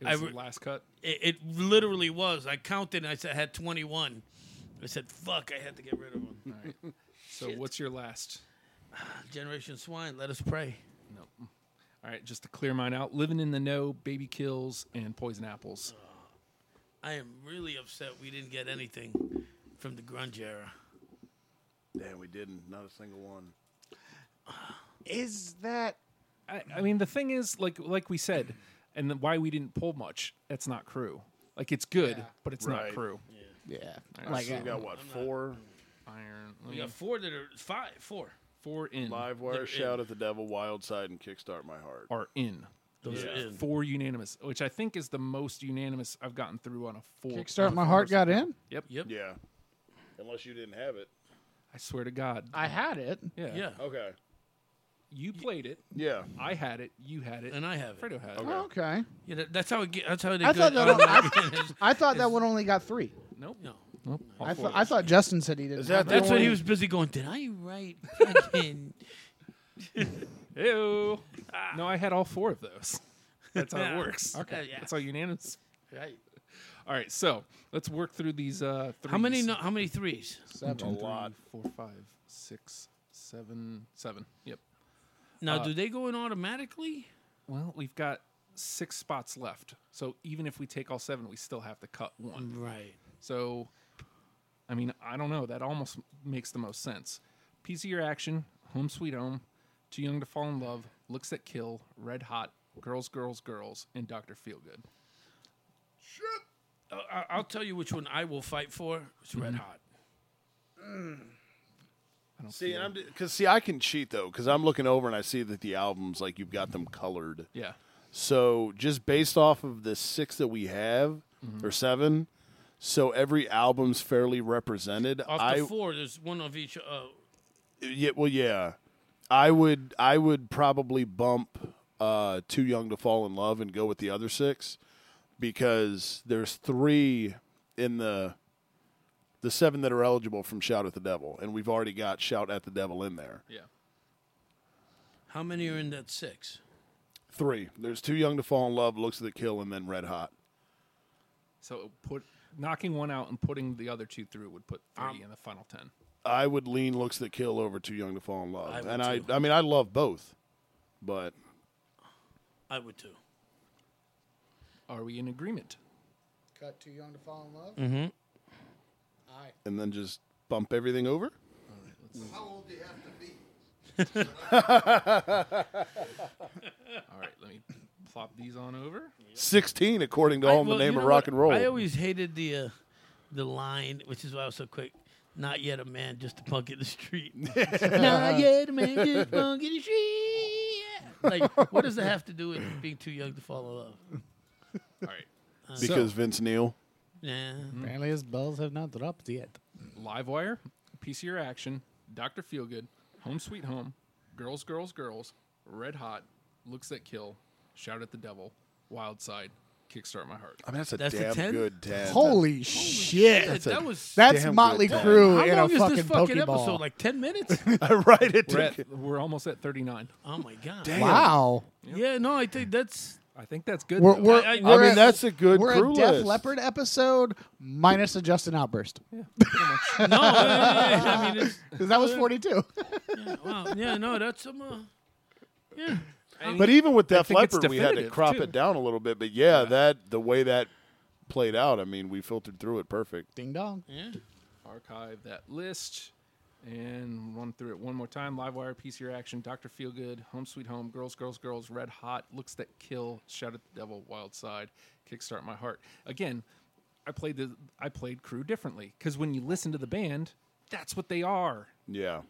[SPEAKER 1] It was
[SPEAKER 2] I re-
[SPEAKER 1] the last cut.
[SPEAKER 2] it, it literally was. I counted, and I said I had twenty one. I said, "Fuck!" I had to get rid of them.
[SPEAKER 1] All right. so what's your last?
[SPEAKER 2] Generation Swine. Let us pray.
[SPEAKER 1] No. All right, just to clear mine out. Living in the know, baby kills, and poison apples.
[SPEAKER 2] I am really upset we didn't get anything from the grunge era.
[SPEAKER 3] Damn, we didn't. Not a single one.
[SPEAKER 4] Is that
[SPEAKER 1] I, I mean, the thing is, like like we said, and the, why we didn't pull much. That's not crew. Like it's good, but it's
[SPEAKER 3] Right.
[SPEAKER 1] not crew.
[SPEAKER 4] yeah?
[SPEAKER 1] Like,
[SPEAKER 4] Like uh,
[SPEAKER 3] So we got what four?
[SPEAKER 1] Iron.
[SPEAKER 2] We got four that are five, four.
[SPEAKER 1] four in
[SPEAKER 3] Live
[SPEAKER 2] They're
[SPEAKER 3] wire,
[SPEAKER 2] in.
[SPEAKER 3] shout at the devil, wild side, and kickstart my heart.
[SPEAKER 1] are in.
[SPEAKER 2] Those
[SPEAKER 3] Yeah.
[SPEAKER 2] are in.
[SPEAKER 1] Four unanimous, which I think is the most unanimous I've gotten through on a full
[SPEAKER 4] Kickstart my heart got in.
[SPEAKER 1] Yep.
[SPEAKER 2] Yep.
[SPEAKER 3] Yeah. Unless you didn't have it.
[SPEAKER 1] I swear to God.
[SPEAKER 4] I had it.
[SPEAKER 1] yeah.
[SPEAKER 2] Yeah.
[SPEAKER 3] Okay.
[SPEAKER 1] You played it.
[SPEAKER 3] Yeah.
[SPEAKER 1] I had it. You had it.
[SPEAKER 2] And I have it.
[SPEAKER 1] Fredo had it.
[SPEAKER 4] Oh, okay.
[SPEAKER 2] Yeah, that, that's how it get, that's how they
[SPEAKER 4] I
[SPEAKER 2] go.
[SPEAKER 4] thought that one-
[SPEAKER 2] automatic.
[SPEAKER 4] I thought that one only got three.
[SPEAKER 1] Nope.
[SPEAKER 2] no.
[SPEAKER 1] Nope. All
[SPEAKER 4] I
[SPEAKER 1] four
[SPEAKER 4] thought
[SPEAKER 1] of
[SPEAKER 4] I
[SPEAKER 1] us.
[SPEAKER 4] thought Justin said he didn't.
[SPEAKER 3] Is that
[SPEAKER 4] have
[SPEAKER 3] the
[SPEAKER 4] it.
[SPEAKER 2] That's what he was busy going. Did I write fucking?
[SPEAKER 1] Ew. No, I had all four of those. That's how it
[SPEAKER 2] Yeah.
[SPEAKER 1] works.
[SPEAKER 2] Okay. Yeah.
[SPEAKER 1] That's all unanimous.
[SPEAKER 2] Right.
[SPEAKER 1] All right. So let's work through these. Uh,
[SPEAKER 2] How many?
[SPEAKER 1] threes.
[SPEAKER 2] No, how many threes?
[SPEAKER 1] One, two,
[SPEAKER 3] A
[SPEAKER 1] three,
[SPEAKER 3] lot.
[SPEAKER 1] four, five, six, seven, seven. Yep.
[SPEAKER 2] Now, do they go in automatically?
[SPEAKER 1] Well, we've got six spots left. So even if we take all seven, we still have to cut one.
[SPEAKER 2] Right.
[SPEAKER 1] So, I mean, I don't know. That almost makes the most sense. Piece of your action, Home Sweet Home, Too Young to Fall in Love, Looks That Kill, Red Hot, Girls, Girls, Girls, and Doctor Feelgood.
[SPEAKER 2] Uh, I- I'll tell you which one I will fight for. It's Red Hot.
[SPEAKER 3] See, and I'm because see, I can cheat though because I'm looking over and I see that the albums like you've got them colored.
[SPEAKER 1] Yeah,
[SPEAKER 3] So just based off of the six that we have
[SPEAKER 2] Mm-hmm.
[SPEAKER 3] or seven, so every album's fairly represented.
[SPEAKER 2] Off
[SPEAKER 3] I
[SPEAKER 2] the four, there's one of each. Uh,
[SPEAKER 3] yeah, well, yeah, I would I would probably bump uh, "Too Young to Fall in Love" and go with the other six because there's three in the the seven that are eligible from "Shout at the Devil," and we've already got "Shout at the Devil" in there.
[SPEAKER 1] yeah.
[SPEAKER 2] how many are in that six?
[SPEAKER 3] Three. There's "Too Young to Fall in Love," "Looks of the Kill," and then "Red Hot."
[SPEAKER 1] So put knocking one out and putting the other two through would put three in the final ten.
[SPEAKER 3] I would lean "Looks of the Kill" over "Too Young to Fall in Love,"
[SPEAKER 2] I would
[SPEAKER 3] and I
[SPEAKER 2] too.
[SPEAKER 3] I mean I love both, but
[SPEAKER 2] I would too.
[SPEAKER 1] Are we in agreement?
[SPEAKER 4] Cut too young to fall in love. Aye.
[SPEAKER 3] and then just bump everything over.
[SPEAKER 5] How old do you have to be?
[SPEAKER 1] All right, let me plop these on over.
[SPEAKER 3] Sixteen, according to all in
[SPEAKER 2] well,
[SPEAKER 3] the name
[SPEAKER 2] you
[SPEAKER 3] of
[SPEAKER 2] know
[SPEAKER 3] rock
[SPEAKER 2] what?
[SPEAKER 3] and roll.
[SPEAKER 2] I always hated the uh, the line, which is why I was so quick. Not yet a man, just a punk in the street. Not yet a man, just a punk in the street. Like, what does that have to do with being too young to fall in love?
[SPEAKER 1] All right,
[SPEAKER 3] because Vince Neil.
[SPEAKER 2] Nah.
[SPEAKER 4] Apparently his bells have not dropped yet.
[SPEAKER 1] Livewire, Piece of Your Action, Doctor Feelgood, Home Sweet Home, Girls, Girls, Girls, Red Hot, Looks That Kill, Shout at the Devil, Wild Side, Kickstart My Heart.
[SPEAKER 3] I mean, that's a
[SPEAKER 2] That's a
[SPEAKER 3] damn
[SPEAKER 2] 10?
[SPEAKER 3] good ten.
[SPEAKER 4] Holy shit!
[SPEAKER 2] That, that was.
[SPEAKER 4] That's
[SPEAKER 3] damn good
[SPEAKER 4] Motley
[SPEAKER 3] time.
[SPEAKER 2] how
[SPEAKER 4] Crue in a
[SPEAKER 2] long is
[SPEAKER 4] fucking
[SPEAKER 2] this fucking
[SPEAKER 4] Pokeball.
[SPEAKER 2] episode? Like ten minutes?
[SPEAKER 3] right. It
[SPEAKER 1] We're,
[SPEAKER 3] took-
[SPEAKER 1] at, we're almost at 39.
[SPEAKER 2] oh my god!
[SPEAKER 3] Damn.
[SPEAKER 4] wow.
[SPEAKER 2] Yeah, no, I think that's
[SPEAKER 1] I think that's good.
[SPEAKER 4] We're,
[SPEAKER 1] though.
[SPEAKER 4] we're,
[SPEAKER 2] I- I
[SPEAKER 4] we're
[SPEAKER 3] mean,
[SPEAKER 4] at-
[SPEAKER 3] that's a good
[SPEAKER 4] We're
[SPEAKER 3] crew
[SPEAKER 4] a Def
[SPEAKER 3] list.
[SPEAKER 4] Leopard episode minus a Justin outburst
[SPEAKER 2] no. I mean, it's,
[SPEAKER 4] because that was forty-two.
[SPEAKER 2] wow, yeah, no, that's some. Uh, yeah,
[SPEAKER 3] But even with Def
[SPEAKER 1] think it's
[SPEAKER 3] Leppard, we had to
[SPEAKER 1] definitive,
[SPEAKER 3] crop
[SPEAKER 1] too.
[SPEAKER 3] it down a little bit. But yeah, that the way that played out, I mean, we filtered through it perfect.
[SPEAKER 4] Ding dong.
[SPEAKER 2] yeah.
[SPEAKER 1] archive that list and run through it one more time. Livewire, Piece of Your Action, Dr. Feelgood, Home Sweet Home, Girls, Girls, Girls, Red Hot, Looks That Kill, Shout at the Devil, Wild Side, Kickstart My Heart. Again, I played the I played Crew differently because when you listen to the band, that's what they are.
[SPEAKER 3] Yeah,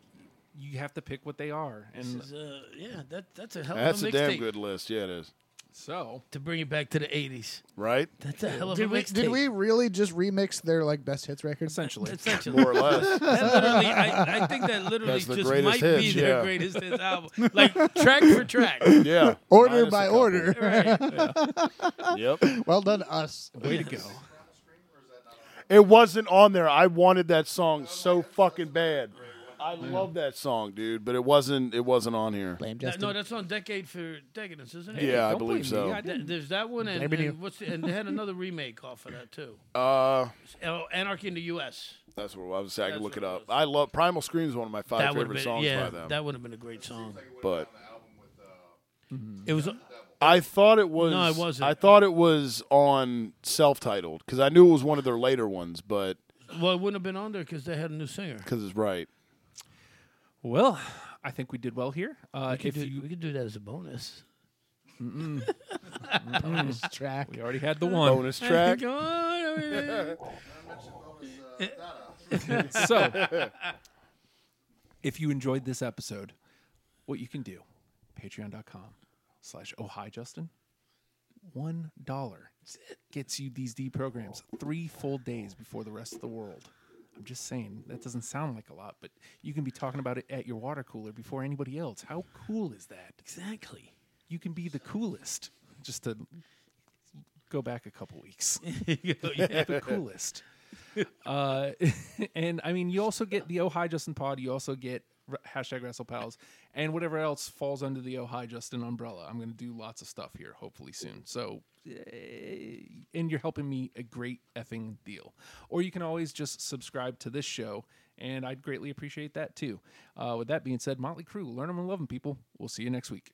[SPEAKER 1] You have to pick what they are, and
[SPEAKER 2] Is, uh, yeah, that that's a hell
[SPEAKER 3] that's
[SPEAKER 2] of
[SPEAKER 3] a
[SPEAKER 2] a
[SPEAKER 3] damn
[SPEAKER 2] mixtape.
[SPEAKER 3] good list. Yeah, it is.
[SPEAKER 1] so
[SPEAKER 2] To bring it back to the '80s,
[SPEAKER 3] Right,
[SPEAKER 2] that's a hell of
[SPEAKER 4] Did
[SPEAKER 2] a
[SPEAKER 4] we,
[SPEAKER 2] mixtape.
[SPEAKER 4] did we really just remix their like best hits record?
[SPEAKER 1] essentially,
[SPEAKER 2] Essentially,
[SPEAKER 3] more or less.
[SPEAKER 2] that literally, I, I think that literally
[SPEAKER 3] That's the
[SPEAKER 2] just
[SPEAKER 3] greatest
[SPEAKER 2] might be
[SPEAKER 3] hits,
[SPEAKER 2] their
[SPEAKER 3] yeah.
[SPEAKER 2] greatest hits album, like track for track.
[SPEAKER 3] Yeah,
[SPEAKER 4] Order
[SPEAKER 3] Minus a
[SPEAKER 4] by
[SPEAKER 3] couple.
[SPEAKER 4] order.
[SPEAKER 2] Right.
[SPEAKER 3] Yep,
[SPEAKER 4] Well done, us.
[SPEAKER 1] way to go.
[SPEAKER 3] it wasn't on there. I wanted that song so fucking bad. I love that song, dude, but it wasn't. It wasn't on here.
[SPEAKER 4] Blame
[SPEAKER 2] That-
[SPEAKER 4] Justin.
[SPEAKER 2] no, that's on Decade for Decadence, isn't it?
[SPEAKER 3] Yeah, I
[SPEAKER 1] Don't
[SPEAKER 3] believe
[SPEAKER 1] blame me.
[SPEAKER 3] so.
[SPEAKER 1] I
[SPEAKER 2] Th-
[SPEAKER 1] didn't-
[SPEAKER 2] There's that one, and,
[SPEAKER 4] Maybe
[SPEAKER 2] and
[SPEAKER 4] you-
[SPEAKER 2] what's the, and they had another remake off of that too.
[SPEAKER 3] Uh,
[SPEAKER 2] Oh, Anarchy in the U.S.
[SPEAKER 3] that's what I was. saying. I
[SPEAKER 2] That's
[SPEAKER 3] could look
[SPEAKER 2] what
[SPEAKER 3] it
[SPEAKER 2] it
[SPEAKER 3] up.
[SPEAKER 2] was.
[SPEAKER 3] I love Primal Scream is one of my five
[SPEAKER 2] That would have
[SPEAKER 3] favorite
[SPEAKER 2] been
[SPEAKER 3] songs
[SPEAKER 2] yeah,
[SPEAKER 3] by them.
[SPEAKER 2] that would have been a great song.
[SPEAKER 3] but
[SPEAKER 2] It was
[SPEAKER 3] I thought it was.
[SPEAKER 2] No, it wasn't.
[SPEAKER 3] I thought it was on self-titled because I knew it was one of their later ones, but
[SPEAKER 2] well, it wouldn't have been on there because they had a new singer.
[SPEAKER 3] because it's right.
[SPEAKER 1] Well, I think we did well here. Uh,
[SPEAKER 2] We
[SPEAKER 1] if
[SPEAKER 2] could do-
[SPEAKER 1] you,
[SPEAKER 2] we could do that as a bonus.
[SPEAKER 4] bonus track.
[SPEAKER 1] we already had the one,
[SPEAKER 3] Bonus track.
[SPEAKER 2] Go on, I mean,
[SPEAKER 1] so if you enjoyed this episode what you can do patreon.com slash oh hi justin one dollar gets you these d programs three full days before the rest of the world i'm just saying that doesn't sound like a lot but you can be talking about it at your water cooler before anybody else how cool is that
[SPEAKER 2] exactly.
[SPEAKER 1] you can be the coolest just to go back a couple weeks the coolest. Uh, and I mean, you also get the Oh Hi Justin pod. You also get r- hashtag Wrestle Pals and whatever else falls under the Oh Hi Justin umbrella. I'm going to do lots of stuff here, hopefully soon. So, eh, and you're helping me a great effing deal. Or you can always just subscribe to this show, and I'd greatly appreciate that too. Uh, with that being said, Motley Crue, learn 'em and love 'em, people. We'll see you next week.